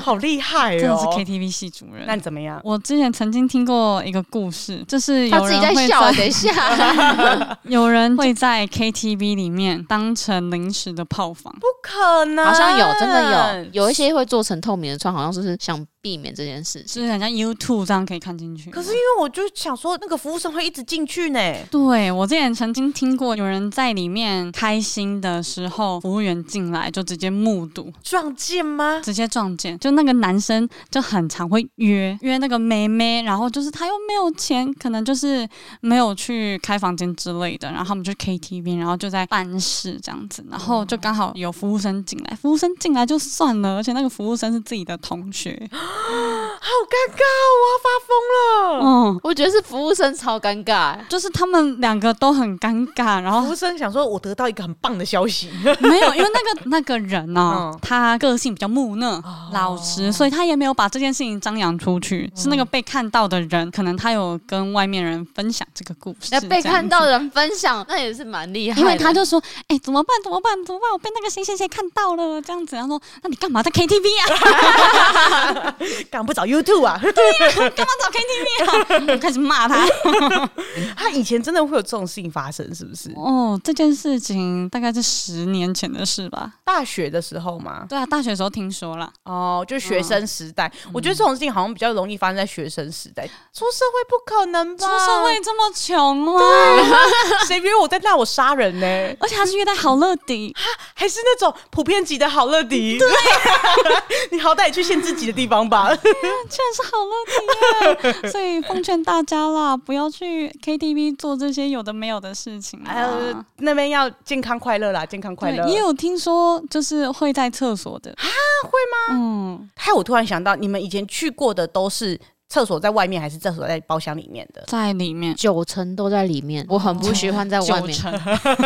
好厉害哦，
真的是 KTV 系主
那
任
你。怎么样？
我之前曾经听过一个故事，就是
他
有
自己
人
在
会
笑， 等一下，
有人会在 KTV 里面当成临时的炮房，
哦
不可能，
好像有真的有，有一些会做成透明的窗，好像就是想避免这件事
就
情。
是很像 YouTube 这样可以看进去。
可是因为我就想说，那个服务生会一直进去呢。
对我之前曾经听过有人在里面开心的时候，服务员进来就直接目睹，
撞见吗？
直接撞见。就那个男生就很常会约约那个妹妹，然后就是他又没有钱，可能就是没有去开房间之类的，然后他们就 KTV，然后就在办事这样子，然后就刚好有服务生进来，服务生进来就算了，而且那个服务生是自己的同学，
好尴尬，我要发疯了。
嗯，
我觉得是服务生超尴尬、欸
就是他们两个都很尴尬，然后
服务生想说，我得到一个很棒的消 息，
没有，因为那个那个人哦，
嗯
他个性比较木讷、
哦
老实，所以他也没有把这件事情张扬出去。是那个被看到的人，可能他有跟外面人分享这个故事，
那被
这样
看到的人分享，那也是蛮厉害
子。
的。
因为他就说：“哎、怎么办？怎么办？怎么办？我被那个谁谁谁看到了，这样子。”他说：“那你干嘛在 KTV 啊？
干嘛不找 YouTube 啊？
干嘛找 KTV 啊？”我开始骂他。
他以前真的会有这种事情发生，是不是？
哦，这件事情大概是十年前的事吧。
大学的时候嘛，
对啊，大学的时候听说啦。
哦，就学生时代，我觉得这种事情好像比较容易发生在学生时代。嗯出社会不可能吧？
出社会这么穷啊，
谁约我在那我杀人呢、
而且还是约在好乐迪。
还是那种普遍级的好乐迪？对， 你好歹也去限制级的地方吧。
居然是好乐迪耶！所以奉劝大家啦，不要去 KTV 做这些有的没有的事情
哎
啦。
呃，那边要健康快乐啦，健康快
对
乐。
也有听说就是会在厕所的啊？会吗？嗯，
害我突然想到，你们以前去过的都是厕所在外面还是厕所在包厢里面的？
在里面。
九成都在里面，我很不喜欢在外面，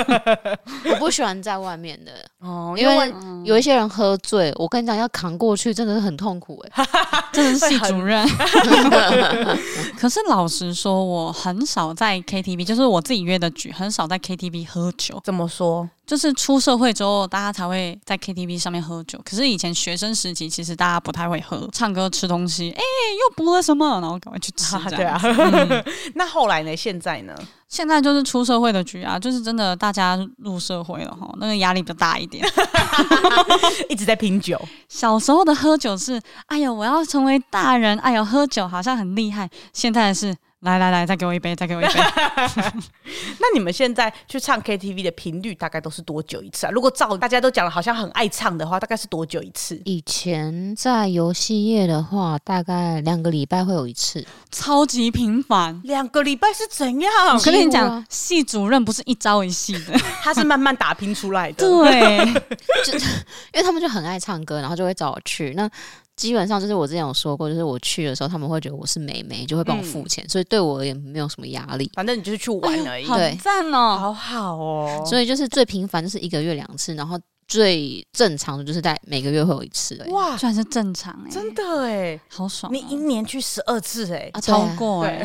我不喜欢在外面的，
哦，
因为有一些人喝醉，我跟你讲要扛过去真的是很痛苦哎、
这是系主任。 可是老实说，我很少在 KTV，就是我自己约的局，很少在 KTV 喝酒。
怎么 说？
就是出社会之后，大家才会在 KTV 上面喝酒。可是以前学生时期，其实大家不太会喝，唱歌、吃东西，哎、又补了什么，然后赶快去吃
。对
这样
啊
子，
那后来呢？现在呢？
现在就是出社会的局啊，就是真的大家入社会了哈，那个压力比较大一点。
一直在拼酒，
小时候的喝酒是，哎呦，我要成为大人，哎呦，喝酒好像很厉害。现在的是，来来来，再给我一杯，再给 我一杯。
那你们现在去唱 KTV 的频率大概都是多久一次啊？如果照大家都讲的好像很爱唱的话，大概是多久一次？
以前在游戏业的话，大概两个礼拜会有一次，
超级频繁。
两个礼拜是怎 样
我？跟你
几乎
讲
啊，
系主任不是一朝一夕 的，
他是慢慢打拼出来 的。
对，
因为他们就很爱唱歌，然后就会找我去。那基本上就是我之前有说过，就是我去的时候，他们会觉得我是美眉，就会帮我付钱，所以对我也没有什么压力。
反正你就是去玩而已，
好
对
赞哦！
好好哦。
所以就是最频繁就是一个月两次，然后最正常的就是在每个月会有一次而已。
哇，
居然是正常哎，
真的哎，
好爽哦！
你一年去十二次哎，
啊，对
超
啊
过哎，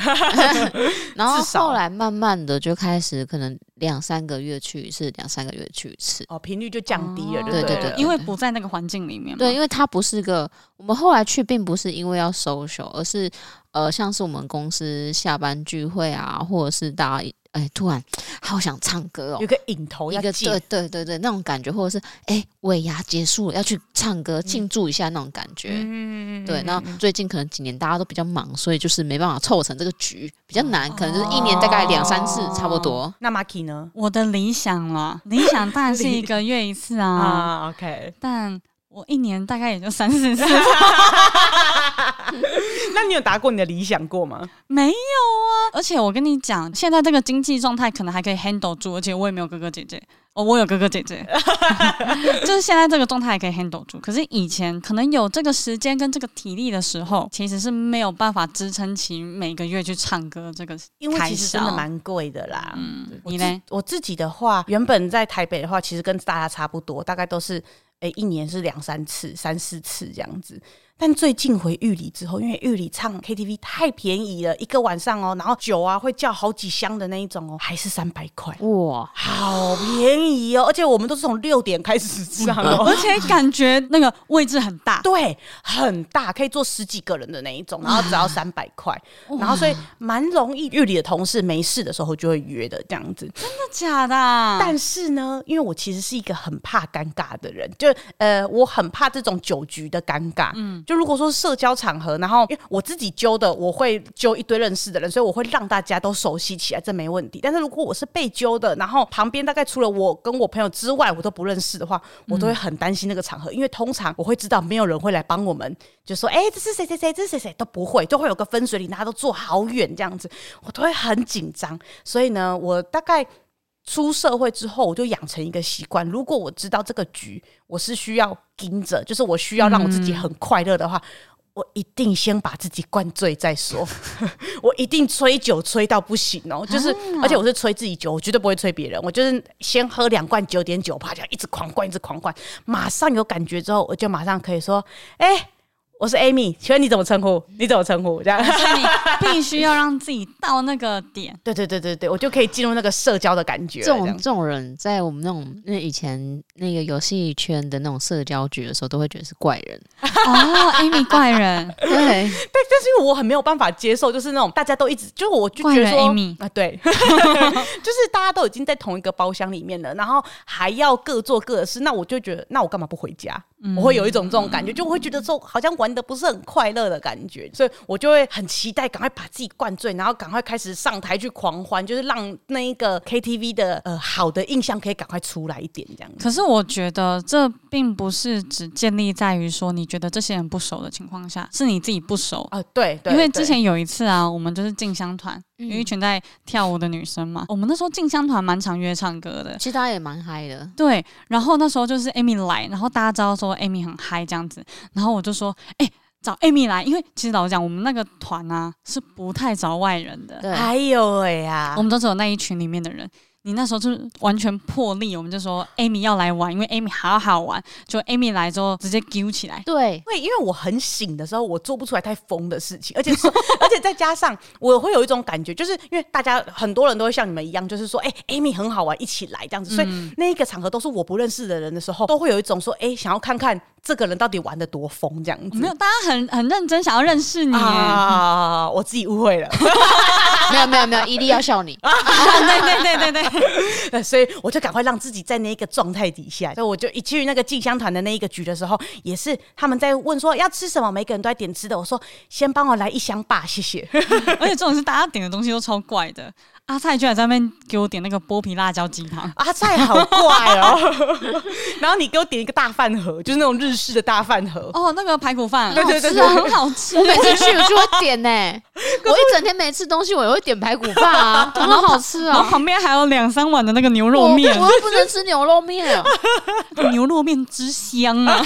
然后
至少
后来慢慢的就开始可能两三个月去一次，两三个月去一次。
哦，频率就降低了，
哦
就
对
对
对
了
因为不在那个环境里面嘛。
对，因为它不是个，我们后来去并不是因为要 social，而是呃，像是我们公司下班聚会啊，或者是大家一哎突然好想唱歌哦
有，个瘾头
一
要
个
戒
对对对对那种感觉，或者是哎尾牙结束了要去唱歌庆祝一下那种感觉。
嗯
对，那最近可能几年大家都比较忙，所以就是没办法凑成这个局，比较难，可能就是一年大概两三次差不多。
那 Maki 呢？
我的理想啦，理想当然是一个月一次 啊，
啊，OK。
但我一年大概也就三 四次，
那你有达过你的理想过吗？
没有啊。而且我跟你讲，现在这个经济状态可能还可以 handle 住，而且我也没有哥哥姐姐。哦，我有哥哥姐姐， 就是现在这个状态还可以 handle 住。可是以前可能有这个时间跟这个体力的时候，其实是没有办法支撑起每个月去唱歌这个。
因为其实真的
开销嗯
蛮贵的啦。
你呢？
嗯我自己的话，原本在台北的话，其实跟大家差不多，大概都是诶、一年是两三次、三四次这样子。但最近回玉里之后，因为玉里唱 KTV 太便宜了，一个晚上哦，然后酒啊会叫好几箱的那一种哦，还是三百块，
哇，
好便宜哦！而且我们都是从六点开始唱哦。
而且感觉那个位置很大，
对，很大，可以坐十几个人的那一种，然后只要三百块，然后所以蛮容易。玉里的同事没事的时候就会约的这样子，
真的假的啊？
但是呢，因为我其实是一个很怕尴尬的人，就呃，我很怕这种酒局的尴尬。嗯，就如果说社交场合，然后因为我自己揪的，我会揪一堆认识的人，所以我会让大家都熟悉起来，这没问题。但是如果我是被揪的，然后旁边大概除了我跟我朋友之外，我都不认识的话，我都会很担心那个场合，因为通常我会知道没有人会来帮我们，就说哎、这是谁谁谁，这是谁谁都不会，都会有个分水岭，大家都坐好远这样子，我都会很紧张。所以呢，我大概。出社会之后，我就养成一个习惯，如果我知道这个局我是需要盯着，就是我需要让我自
嗯
己很快乐的话。我一定先把自己灌醉再说， 我一定吹酒吹到不行哦，就是、
啊
而且我是吹自己酒，我绝对不会吹别人，我就是先喝两罐九点九趴，这样一直狂灌，一直狂灌，马上有感觉之后，我就马上可以说，哎、我是 Amy，请问你怎么称呼？你怎么称呼？这样， 。
所以你必须要让自己到那个点
对对对对对，我就可以进入那个社交的感觉了，
这种
样
这种人，在我们那种那以前那个游戏圈的那种社交局的时候，都会觉得是怪人。
哦，Amy 怪人，
对，
但但是因为我很没有办法接受，就是那种大家都一直，就是我就
怪
觉得
人
说
Amy
啊，对， 就是大家都已经在同一个包厢里面了，然后还要各做各的事，那我就觉得，那我干嘛不回家？
嗯
我会有一种这种感觉，就我会觉得说好像玩的不是很快乐的感觉，所以我就会很期待赶快把自己灌醉，然后赶快开始上台去狂欢，就是让那一个 KTV 的呃好的印象可以赶快出来一点这样子。
可是我觉得这并不是只建立在于说你觉得这些人不熟的情况下，是你自己不熟。
啊，对，对
因为之
对
前有一次啊，我们就是进香团，
嗯
有一群在跳舞的女生嘛，我们那时候进香团蛮常约唱歌的。
其实大家也蛮嗨的。
对，然后那时候就是 Amy 来，然后大家知道说 Amy 很嗨这样子，然后我就说，哎、找 Amy 来，因为其实老实讲，我们那个团啊是不太找外人的，
对，
哎呦喂呀
我，们都只有那一群里面的人。你那时候就是完全破例，我们就说 Amy 要来玩，因为 Amy 好好玩。就 Amy 来之后，直接揪起来。
对，
对，因为我很醒的时候，我做不出来太疯的事情，而且是而且再加上我会有一种感觉，就是因为大家很多人都会像你们一样，就是说，哎、a m y 很好玩，一起来这样子。所以
嗯
那一个场合都是我不认识的人的时候，都会有一种说，哎、想要看看这个人到底玩的多疯这样子。
没有，大家很很认真想要认识你耶。
啊，我自己误会了，
没有没有没有，伊利要笑你，
对对对对对，
所以我就赶快让自己在那一个状态底下。所以我就一去那个进香团的那一个局的时候，也是他们在问说要吃什么，每个人都在点吃的。我说先帮我来一箱吧，谢谢。
而且这种是大家点的东西都超怪的。阿菜居然在那边给我点那个剥皮辣椒鸡汤，
啊，菜好怪哦！ 然后你给我点一个大饭盒，就是那种日式的大饭盒。
哦，那个排骨饭，
对对对
好吃啊很好吃
我。每次去我就会点呢、我一整天没吃东西，我也会点排骨饭啊，很好吃
然后
啊。
旁边还有两三碗的那个牛
我
肉
我
面，
又不能吃牛肉面，
牛肉面之香啊！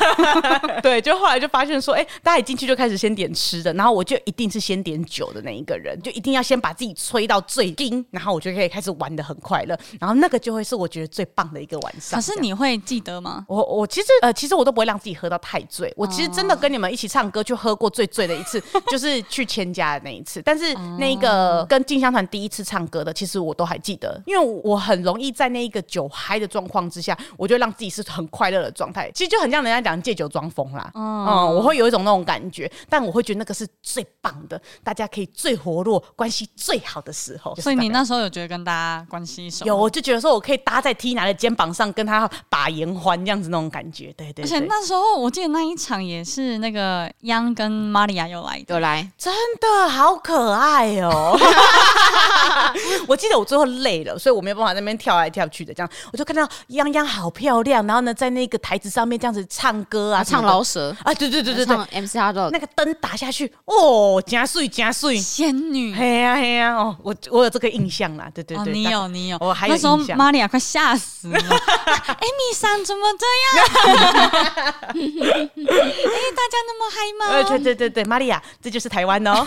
对，就后来就发现说，哎、大家一进去就开始先点吃的，然后我就一定是先点酒的那一个人，就一定要先把自己吹到最精，然后我就可以开始玩的很快乐，然后那个就会是我觉得最棒的一个晚上。
可是
这样
你会记得吗？
我我其实呃，其实我都不会让自己喝到太醉。我其实真
哦
的跟你们一起唱歌，去喝过最醉的一 次，就是去千家的那一次。但是那个
哦
跟静香团第一次唱歌的，其实我都还记得，因为我很容易在那一个酒嗨的状况之下，我就让自己是很快乐的状态。其实就很像人家讲借酒装疯啦，
哦
嗯，我会有一种那种感觉，但我会觉得那个是最棒的，大家可以最活络、关系最好的时候。
所以你
就是大概
那时候有觉得跟大家关系熟？
有，我就觉得说我可以搭在 Tina 的肩膀上，跟她把言欢这样子那种感觉。对对对。
而且那时候我记得那一场也是那个央跟玛利亚有来的，
有来
真的好可爱哦！我记得我最后累了，所以我没有办法在那边跳来跳去的，这样我就看到泱泱好漂亮，然后呢，在那个台子上面这样子唱歌啊，
唱老舍，
啊，对对对对对
唱，MC h a r d o
那个灯打下去，哦，加碎加碎，
仙女。
嘿呀嘿呀，哦，我我有这个印象啦，对对
哦，
对，
你
大概
有你有，
我还有
那时候
印象
玛利亚快吓死了，艾米桑怎么这样？ 哎、大家那么嗨
呃，
吗？
对对对对，玛利亚，这就是台湾 哦，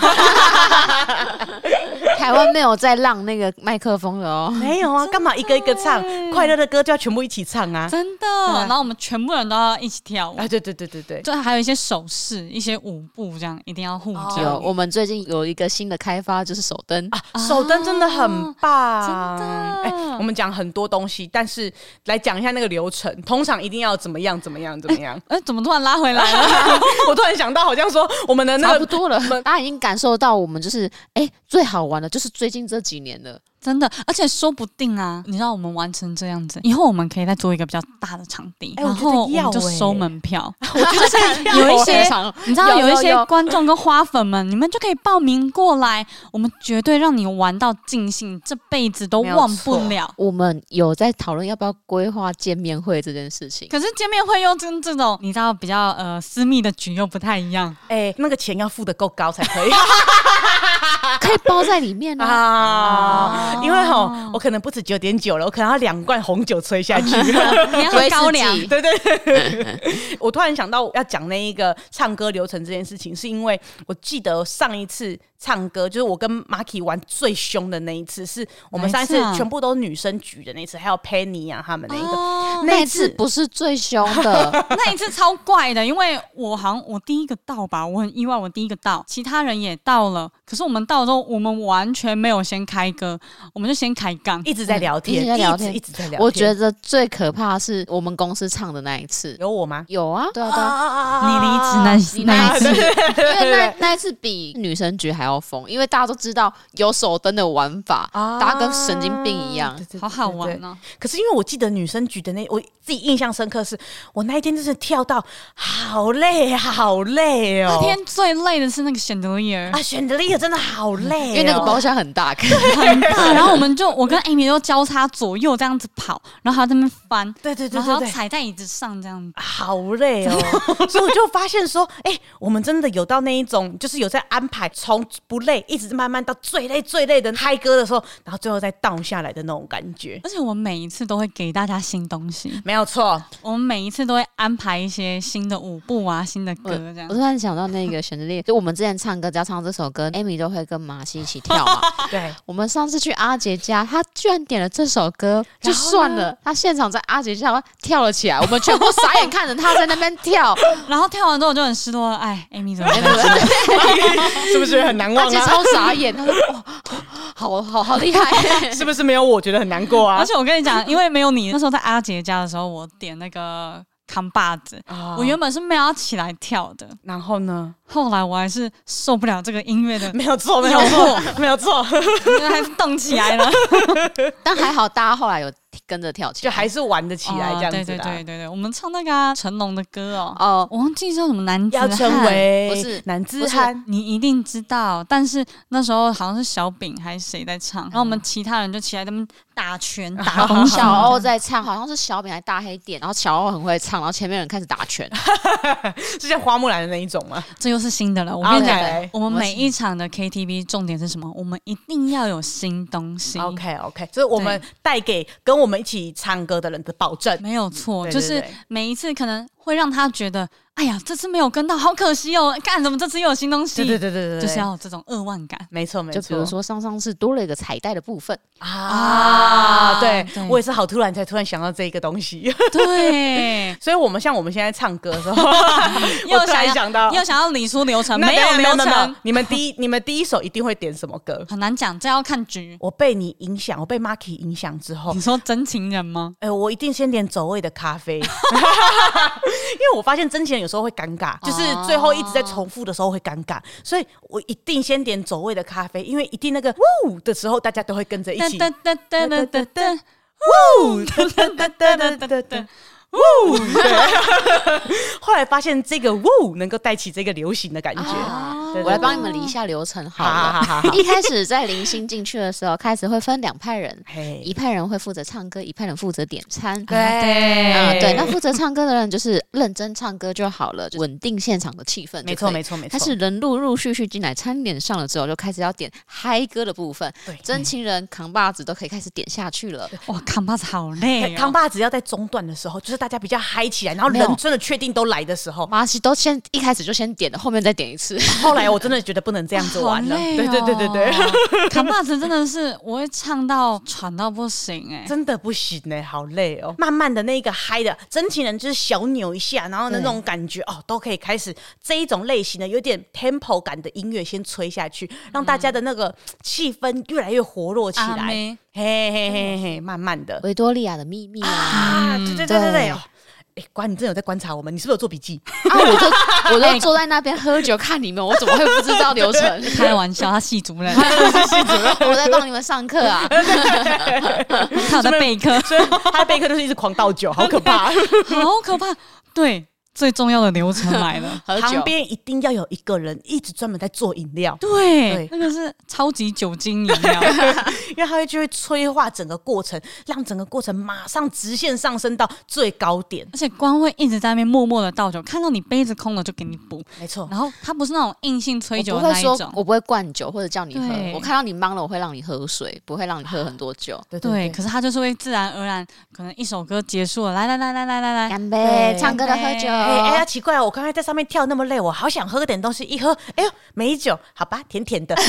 台湾没有在让那个麦克风 的哦。
没有啊，干嘛一个一个唱快乐的歌就要全部一起唱啊？
真的，
啊
然后我们全部人都要一起跳舞，
啊，对对对对对，
就还有一些手势、一些舞步，这样一定要互教。
哦有，我们最近有一个新的开发，就是手灯。
啊手灯真的很棒，
真的
哎、我们讲很多东西，但是来讲一下那个流程，通常一定要怎么样，怎么样，怎么样。
哎、怎么突然拉回来了？
我突然想到，好像说我们的那
差
个
不多了，大家已经感受到我们就是哎、最好玩的就是最近这几年的，
真的，而且说不定啊，你让我们玩成这样子，以后我们可以再做一个比较大的场地，
哎我
然
觉得
后我
要
们就
哎
收门票。
有
有
一
一
些
些你知道
欸有
有一些
有有
观众跟花粉们，你们就可以报名过来，我们绝对让你玩到尽兴，这辈子都
没有
忘不
错
了。
我们有在讨论要不要规划见面会这件事 情。
可是见面会又跟这种你知道比较呃私密的局又不太一样，
哎、那个钱要付的够高才可以
可以包在里面 啊。
啊，因为吼，我可能不止九点九了，我可能要两罐红酒吹下去。
你要喝高粱
威士 忌
对对 对我突然想到要讲那一个唱歌流程这件事情，是因为我记得上一次唱歌，就是我跟 Marky 玩最凶的那一次，是我们上一次
哪一次啊
全部都是女生局的那一次，还有 Penny 啊他们那一个。
哦
那一次不是最凶 的，
那一次超怪的，因为我好像我第一个到吧，我很意外，我第一个到，其他人也到了，可是我们到了之后，我们完全没有先开歌，我们就先开杠，
一直在聊天，
一直在聊天
一直在聊天。
我觉得最可怕是我们公司唱的那一次。
有我吗？
有啊，对啊，对啊，
啊
你离职那那 一次，
因为那那一次比女生局还要疯，因为大家都知道有手灯的玩法，
啊
大家跟神经病一样
对。对对
好好
对
玩
对
哦。
可是因为我记得女生举的那，我自己印象深刻是，我那一天真是跳到好累，好累哦。
那天最累的是那 个 chandelier
啊，选的力真的好累、哦，
因为那个包厢很大，
很大，然后我们就我跟 Amy 就交叉左右这样子跑，然后还在那边翻，
对对对
然后
对
还要
对，
踩在椅子上这样子。
好 累哦，所以我就发现说，哎、我们真的有到那一种，就是有在安排从不累，一直慢慢到最累最累的嗨歌的时候，然后最后再荡下来的那种感觉。
而且我每一次都会给大家新东西，
没有错，
我们每一次都会安排一些新的舞步啊、新的歌这样
我。突然想到那个旋律，就我们之前唱歌，只要唱这首歌，Amy 都会跟马西一起 跳嘛。
对，
我们上次去阿杰家，他居然点了这首歌，就
然后呢
算了，他现场在阿杰家跳了起来，我们全部傻眼看着他在那边 跳。
然后跳完之后我就很失落，哎，Amy 怎么这
哎
样？
对对对
是不是很难
阿
忘
杰
啊？
超傻眼，他说：“哇，好好好 厉害
是不是没有我觉得很难过啊
而？且我跟你讲，因为没有你，那时候在阿杰家的时候，我点那个扛把子，
啊
我原本是没有要起来跳的，
然后呢？
后来我还是受不了这个音 乐的，
没有错，没有错， 没有错，
还是动起来了，！”
但还好大家后来有跟着跳起
就
来。
还是玩得起来这样
哦对
子
对
的
对
啊。
对对，我们唱那个啊成龙的歌哦，
哦，
我忘记叫什么男子
要成
汉
为
不是
男子
不是
汉，
你一定知道，但是那时候好像是小饼还是谁在唱，然后我
嗯
们其他人就起来他们打 拳打哦东西，
小欧在唱，好像是小饼还大黑点，然后小欧很会唱，然后前面有人开始打拳，
是像花木兰的那一种吗？
这又是新的了。我跟你讲
OK
我们每一场的 KTV 重点是什么？我们一定要有新东西。
OK OK，所以我们带给跟我们一起唱歌的人的保证。
没有错，
对对
就是
对
每一次可能会让他觉得，哎呀，这次没有跟到，好可惜哦！ 干怎么这次又有新东西？
对对对对对，
就是要有这种扼腕 感。
没 错没错。
就比如说上上次多了一个彩带的部分，
啊，
啊
对
对
我也是好突然才突然想到这一个东西，
对，
所以我们像我们现在唱歌的时候， 我
又
突
想
然
要
想到
又想要理出流程，
那
没
等一
有
下
流
没有没有没
程
有，你们第一你们第一首一定会点什么歌？
很难讲，这要看局。
我被你影响，我被 Marky 影响之后
你，说真情人吗？
哎、我一定先点走位的咖啡，因 为我发现真情人有时候会尴尬，就是最后一直
哦
在重复的时候会尴尬，所以我一定先点走位的咖啡，因为一定那个呜的时候，大家都会跟着一起
哒哒哒哒哒哒
呜哒哒哒哒哒哒。呜！后来发现这个呜能够带起这个流行的感觉，
啊
对对
我来帮你们理一下流程好了。
好好好好
一开始在零星进去的时候，开始会分两派人，
嘿
一派人会负责唱歌，一派人负责点餐。
对
啊，对，那负责唱歌的人就是认真唱歌就好了，就稳定现场的气氛。
没错没。错没错。
但是人陆陆续续进来，餐点上了之后，就开始要点嗨歌的部分。
对
真情人扛把子都可以开始点下去了。
哇，扛把子好 累、哦，
康爸只要在中段的时候，就是大家比较嗨起来，然后
没有
人真的确定都来的时候，
马西都先一开始就先点了，后面再点一次。
后来我真的觉得不能这样子玩了。
好累
对
哦
对对对对。
扛把子真的是我会唱到喘到不行哎、
真的不行呢、好累哦。慢慢的那个嗨的真情人就是小扭一下，然后呢
对
那种感觉哦，都可以开始这一种类型的有点 tempo 感的音乐先吹下去，让大家的那个气氛越来越活络起
阿
来。
妹
嘿嘿嘿嘿，慢慢的
维多利亚的秘密啊！
啊，对对对对对。
对
哦哎，管你真的有在观察我们，你是不是有做笔记？
啊，我都我都坐在那边喝酒看你们，我怎么会不知道流程？
开玩笑，他系 主任，
我在帮你们上课啊！。
他有在备课，
所以 他的备课就是一直狂倒酒，好可怕。
好可怕。对，最重要的流程来了
喝
旁
酒，
边一定要有一个人一直专门在做饮料，
对
对，
那个是超级酒精饮 料，
因为它会就会催化整个过程，让整个过程马上直线上升到最高点。
而且光会一直在那边默默的倒酒，看到你杯子空了就给你补，
没错，
然后他不是那种硬性
我
催酒
不
的
会
那一
说
种，，
我不会灌酒或者叫你喝
对。
我看到你忙了，我会让你喝水，不会让你喝很多酒。
对
对，可是他就是会自然而然，可能一首歌结束了，来来来来来来来，
干
对
杯，唱歌的喝酒。
哎哎呀，奇怪哦，我刚才在上面跳那么累，我好想喝点东西，一喝，哎呦，美酒，好吧，甜甜的， 哎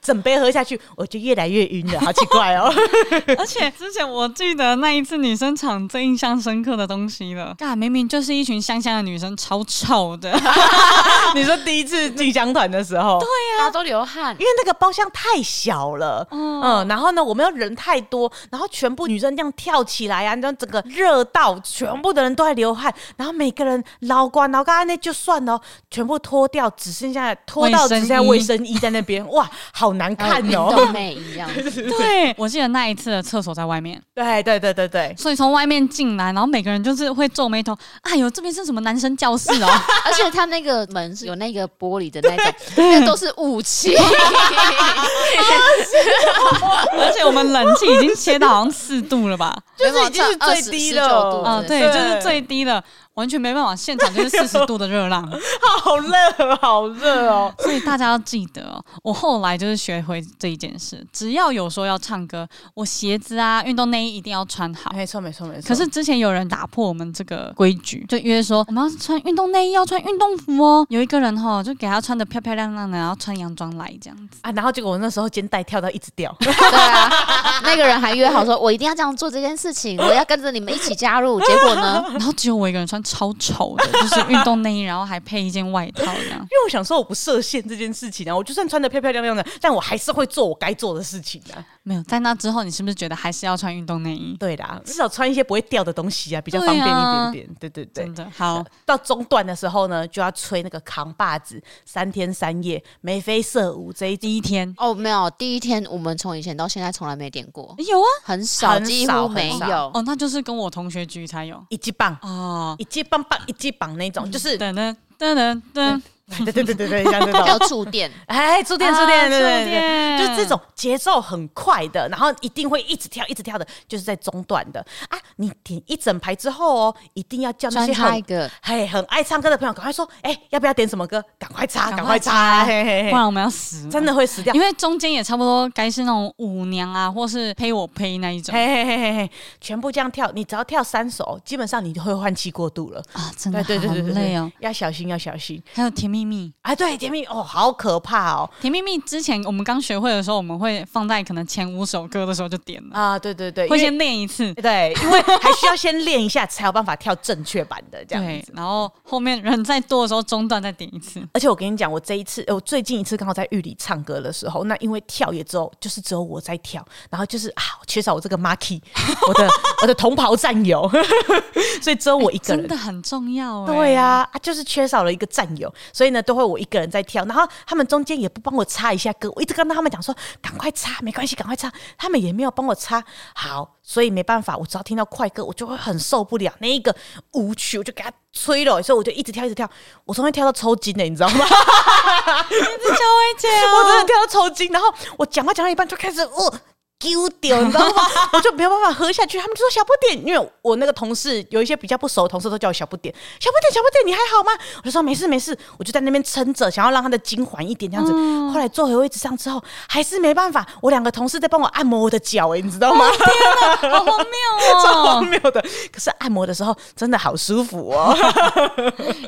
整杯喝下去，我就越来越晕了，好奇怪哦。
而且之前我记得那一次女生场最印象深刻的东西了，干明明就是一群香香的女生，超丑的，
你说第一次进香团的时候，对，
大家都流汗
因。为那个包厢太小了，嗯，然后呢，我们又人太多，然后全部女生这样跳起来啊，然后整个热到全部的人都在流汗，然后每个人捞光，然后刚才那就算了哦，全部脱掉，只剩下脱到只剩下卫
卫
生衣在那边，哇，好难 看
运
哦。
动妹一样，
对我记得那一次的厕所在外面，
对对对对对，
所以从外面进来，然后每个人就是会皱眉头，哎呦，这边是什么男生教室哦？
而且他那个门是有那个玻璃的那种，那都是雾气。
而且我们冷气已经切到好像四度了吧？
就是已经是最低了
没有差20 19度
啊、
对
对，就是最低了，完全没办法，现 场就是四十度的热浪，
好热，好热哦！
所以大家要记得哦。我后来就是学会这一件事，只要有说要唱歌，我鞋子啊、运动内衣一定要穿好。
没错，没错，没错。
可是之前有人打破我们这个规矩，就约说我们要穿运动内衣，要穿运动服哦。有一个人哈、就给他穿的漂漂亮亮的，然后穿洋装来这样 子。
啊，然后结果我那时候肩带跳到一直掉，
对啊，那个人还约好说，我一定要这样做这件事情，我要跟着你们一起加入。结果呢，
然后只有我一个人穿超丑的，就是运动内衣，然后还配一件外套这样。
因为我想说我不设限这件事情啊，我就算穿的漂漂亮亮的，但我还是会做我该做的事情啊。
没有，在那之后，你是不是觉得还是要穿运动内衣？
对啦，至少穿一些不会掉的东西啊，比较方便一点点。对对对呃
真。的 好，
到中段的时候呢，就要吹那个扛把子，三天三夜眉飞色舞这一集
第一天
哦，没有，第一天我们从以前到现在从来没点过，
有啊，
很少，
很
几
少很
乎没
少
有。
哦，那就是跟我同学局才有
一级棒，
哦。
一级棒棒，一级棒那种，就是
噔噔噔噔噔，
对对对对对，这样这种
叫触电，
哎，触电
啊
触电，对
触
对对，
电
就是这种节奏很快的，然后一定会一直跳一直跳的，就是在中段的啊。你点一整排之后哦，一定要叫那
穿
些
插一
很
个，
嘿很爱唱歌的朋友，赶快说，哎，要不要点什么歌？赶快插，赶
赶
快
快
插，
插
嘿嘿
不
嘿，
然我们要死了。
真的会死掉
因。为中间也差不多该是那种舞娘啊，或是陪我呸那一种
嘿嘿嘿嘿嘿，全部这样跳，你只要跳三首，基本上你就会换气过度了。
啊，真的
对对对
好
对对
累哦
对。，要小心要小心。
还有甜蜜蜜，
啊，对，甜蜜哦，好可怕哦
甜蜜蜜之前我们刚学会的时候，我们会放在可能前五首歌的时候就点了，
啊，对对对，
会
因为
先练一次，
对，因为还需要先练一下，才有办法跳正确版的这样
对
子，。
然后后面人再多的时候中断再点一次。
而且我跟你讲，我这一次，呃我最近一次刚好在狱里唱歌的时候，那因为跳也只有就是只有我在跳，然后就是啊，缺少我这个 Marky，我的 我的同袍战友，所以只有我一个
哎真
人。
的很重要、欸，
对呀、啊，就是缺少了一个战友，所以呢，都会我一个人在跳，然后他们中间也不帮我插一下歌，我一直跟他们讲说，赶快插，没关系，赶快插，他们也没有帮我插，好，所以没办法，我只要听到快歌，我就会很受不了那一个舞曲，我就给他吹了，所以我就一直跳，一直跳，我终于跳到抽筋了，你知道吗？
是小薇姐
我真
哦，
的跳到抽筋，然后我讲话讲到一半就开始哦。丢掉，你知道吗？我就没有办法喝下去。他们就说小不点，因为我那个同事有一些比较不熟的同事都叫我小不点，小不点，小不点，你还好吗？我就说没事没事，我就在那边撑着，想要让他的筋缓一点这样子。后来坐回位置上之后，还是没办法，我两个同事在帮我按摩我的脚、哎，你知道吗？
好 荒
超
谬
荒
哦！
谬的。可是按摩的时候真的好舒服哦。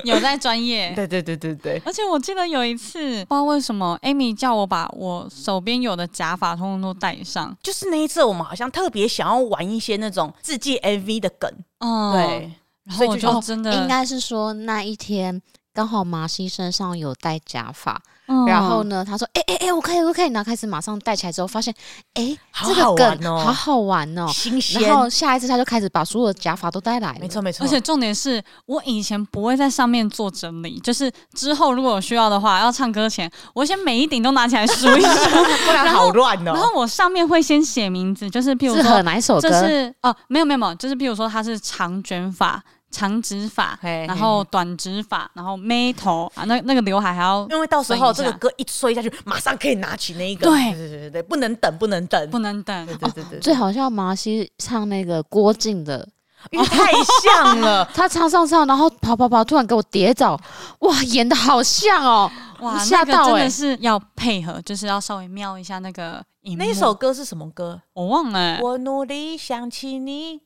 有在专业，
对对对对对，
而且我记得有一次，不知道为什么，Amy 叫我把我手边有的假发通通都戴上。
就是那一次我们好像特别想要玩一些那种自己 MV 的梗，
嗯，
对。。
然
所
后
以
我
就
就哦真的，
应该是说那一天刚好麻西身上有戴假发，
嗯
然后？呢，他说：“哎哎哎，我可以，我可以。”然后开始马上戴起来之后，发现哎、
好
这
好
个
玩
梗
哦
好好玩哦。
新鲜
然，后下一次他就开始把所有的假发都带来了，
没错没错，
而且重点是我以前不会在上面做整理，就是之后如果有需要的话，要唱歌前，我先每一顶都拿起来数 一数，
不然好乱
然
哦。
后我上面会先写名字，就是譬如
是和
说
哪一首歌
这？是哦、没有没有没有，就是譬如说它是长卷发、长直发，
嘿
然后短直发，然后妹头啊，那那个刘海还要
因为到时候这个
等一下
歌一吹下去，马上可以拿起那一个。对
对
对对对，不能等，不能等。
不能哦等
对对对对，
最
对
好像麻西唱那个郭靖的，
因为太像 了。
他唱唱唱，然后跑跑跑，突然给我跌倒，哇，演的好像哦，
哇，
吓
那个
到
真
欸
的是要配合，就是要稍微瞄一下那个荧幕
那一首歌是什么歌？
我忘了欸、
我努力想起你，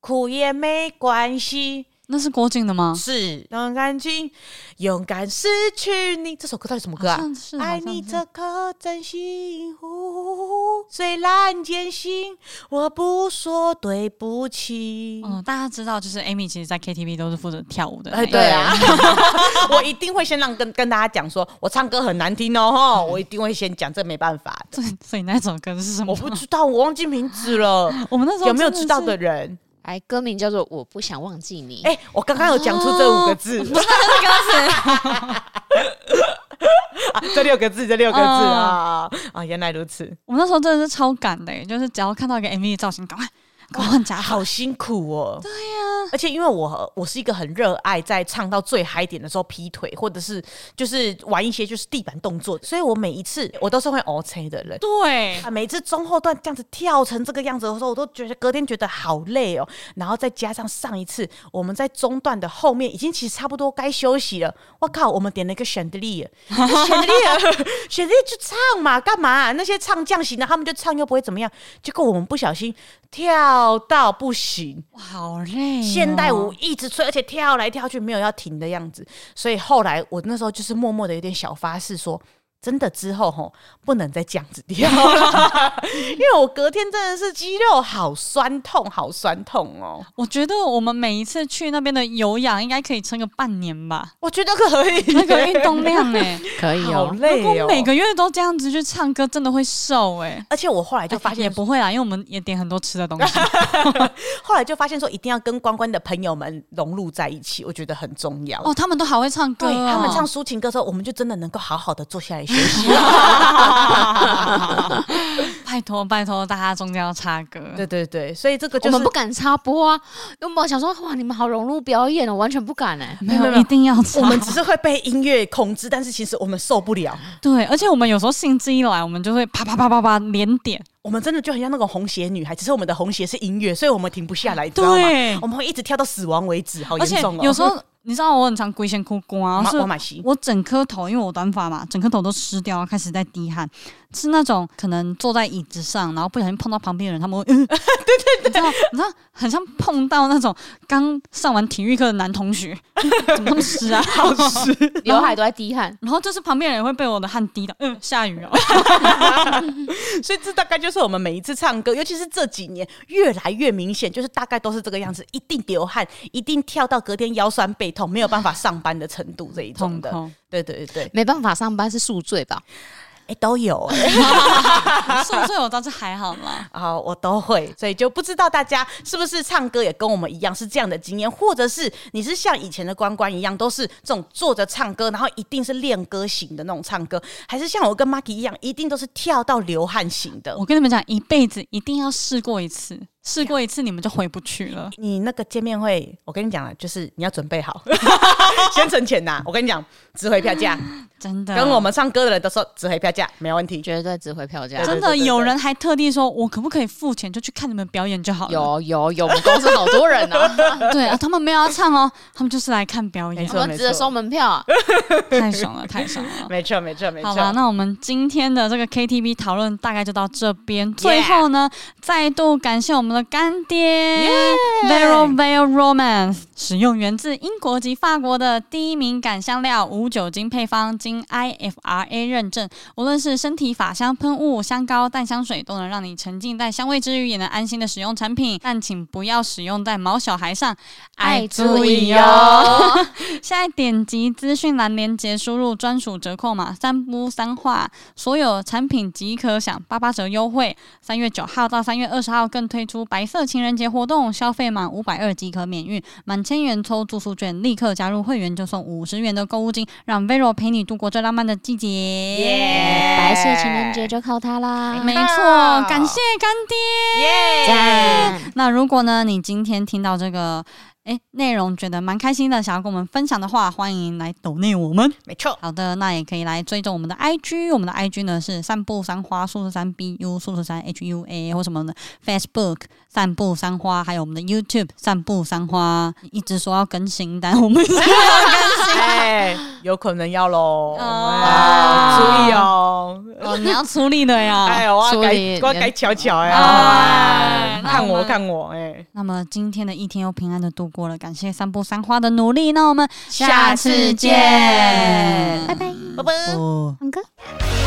苦也没关系，
那是郭靖的吗？
是勇敢去，勇敢失去你。这首歌到底什么歌
好
啊？
像是
爱你这颗真心，呼虽然艰辛，我不说对不起。
嗯，大家知道，就是 Amy 其实，在 KTV 都是负责跳舞的那
哎，
一个。
对 啊，我一定会先让跟跟大家讲说，我唱歌很难听哦，吼我一定会先讲，这没办法的。
所以所以那首歌是什么？
我不知道，我忘记名字了，
我们那时候
有没有
真
知道
是
的？人？
哎，歌名叫做《我不想忘记你》。
哎、我刚刚有讲出这五个字，啊这六个字，这六个字啊啊！原来如此，
我们那时候真的是超赶的欸、就是只要看到一个 MV 的造型，赶快搞换假发
啊好辛苦哦。对呀、而且因为我我是一个很热爱在唱到最嗨点的时候劈腿，或者是就是玩一些就是地板动作，所以我每一次我都是会 O C 的人。
对，
啊，每次中后段这样子跳成这个样子的时候，我都觉得隔天觉得好累哦。然后再加上上一次我们在中段的后面已经其实差不多该休息了，我靠，我们点了一个 chandelier，chandelier chandelier 就唱嘛，干嘛啊、那些唱将型的他们就唱又不会怎么样，结果我们不小心跳到不行，
哇，好累、哦
现代舞，一直吹，而且跳来跳去，没有要停的样子。所以后来我那时候就是默默的有点小发誓说。真的之后吼不能再这样子跳了， 因为我隔天真的是肌肉好酸痛，好酸痛哦！。
我觉得我们每一次去那边的有氧，应该可以撑个半年吧
我觉得可以，哦
那个运动量哎、
可以
好
哦。
累
如
哦
果。每个月都这样子去唱歌，真的会瘦哎、
而且我后来就发
也
现，
不会啦，因为我们也点很多吃的东 西。
后来就发现说，一定要跟关关的朋友们融入在一起，我觉得很重要。
哦，他们都好会唱歌、
对啊
哦，
他们唱抒情歌之后，我们就真的能够好好的坐下来休 息。
拜托拜托，大家中间要插歌。
对对对，所以这个
我
就是
们不敢插播啊，因为我们想说哇，你们好融入表演哦，完全不敢哎、
没
没有
有，
没有
一定要 唱。
我们只是会被音乐控制，但是其实我们受不了，
对，而且我们有时候兴致一来，我们就会啪啪啪啪啪连点。
我们真的就很像那种红鞋女孩，只是我们的红鞋是音乐，所以我们停不下来，你知道吗？
对，
我们会一直跳到死亡为止，好
而且
哦严重哦！
有时 候你知道我很常龟仙哭光，
马
啊是
马马西，
我整颗头，因为我短发嘛，整颗头都湿掉，开始在滴汗，是那种可能坐在椅子上，然后不小心碰到旁边的人，他们 会，嗯、对对对，你知道，你知道，很像碰到那种刚上完体育课的男同 学，怎么那么湿啊？好湿。
嗯
刘海都在滴汗。
然后就是旁边的人会被我的汗滴到，嗯，下雨哦。
所以这大概就是我们每一次唱歌，尤其是这几年越来越明显，就是大概都是这个样子，一定流汗，一定跳到隔天腰酸背痛，没有办法上班的程度这一种
痛
的。
痛，
对对对对，哎、
没办法上班是宿醉吧？
都有、哎
受罪我倒是还好啦。
啊、我都会，所以就不知道大家是不是唱歌也跟我们一样是这样的经验，或者是你是像以前的关关一样，都是这种坐着唱歌，然后一定是练歌型的那种唱歌，还是像我跟 Marky 一样，一定都是跳到流汗型的
我。跟你们讲，一辈子一定要试过一次，试过一次你们就回不去了。
你那个见面会，我跟你讲了，啊就是你要准备 好，先存钱呐、我跟你讲，值回票价，
真的，
跟我们唱歌的人都说值回票价，没问题。
绝对只回票价
对。
真的
对对
有人还特地说，我可不可以付钱就去看你们表演就好了？
有有有，我们公司好多人啊，
对啊，他们没有要唱哦，他们就是来看表
没
演
错，
我们值得收门票啊。
太爽了，太爽了。
没错，没错，没
好了，
错。
那我们今天的这个 KTV 讨论大概就到这边。最后呢，再度感谢我们的干爹 Vero Vero Romance，使用源自英国及法国的第一名感香料无酒精配方，经 IFRA 认证。无论是身体法香喷雾、香膏、淡香水，都能让你沉浸在香味之余，也能安心的使用产品。但请不要使用在毛小孩上，
哦！
现在点击资讯栏连接，输入专属折扣码“三不三话”，所有产品即可享八八折优惠。三月九号到三月二十号更推出白色情人节活动，消费满五百二即可免运，满千元抽住宿券，立刻加入会员就送五十元的购物金，让 Vero 陪你度过最浪漫的季节。
耶
白色情人节就靠它
哎
啦。
没错，感谢干爹。
耶！
赞
那如果呢，你今天听到这个诶内容，觉得蛮开心的，想要跟我们分享的话，欢迎来抖内我们。
没错，
好的，那也可以来追踪我们的 IG，我们的 IG 呢是散步三花数字三 BU 数字三 HUA 或什么的 Facebook 散步三花，还有我们的 YouTube 散步三花，一直说要更新，但我们
哎，有可能要喽，
哦
哎注意哦。
哦你要出力的呀。
哎，我要
注
改
意，
我要改巧巧哎
哎，
看
那我
我，
们
看我，哎，
那么今天的一天又平安的度过了，感谢散步三花的努力，那我们
下次见
下次见
拜拜，
拜拜。
哦
王哥。
「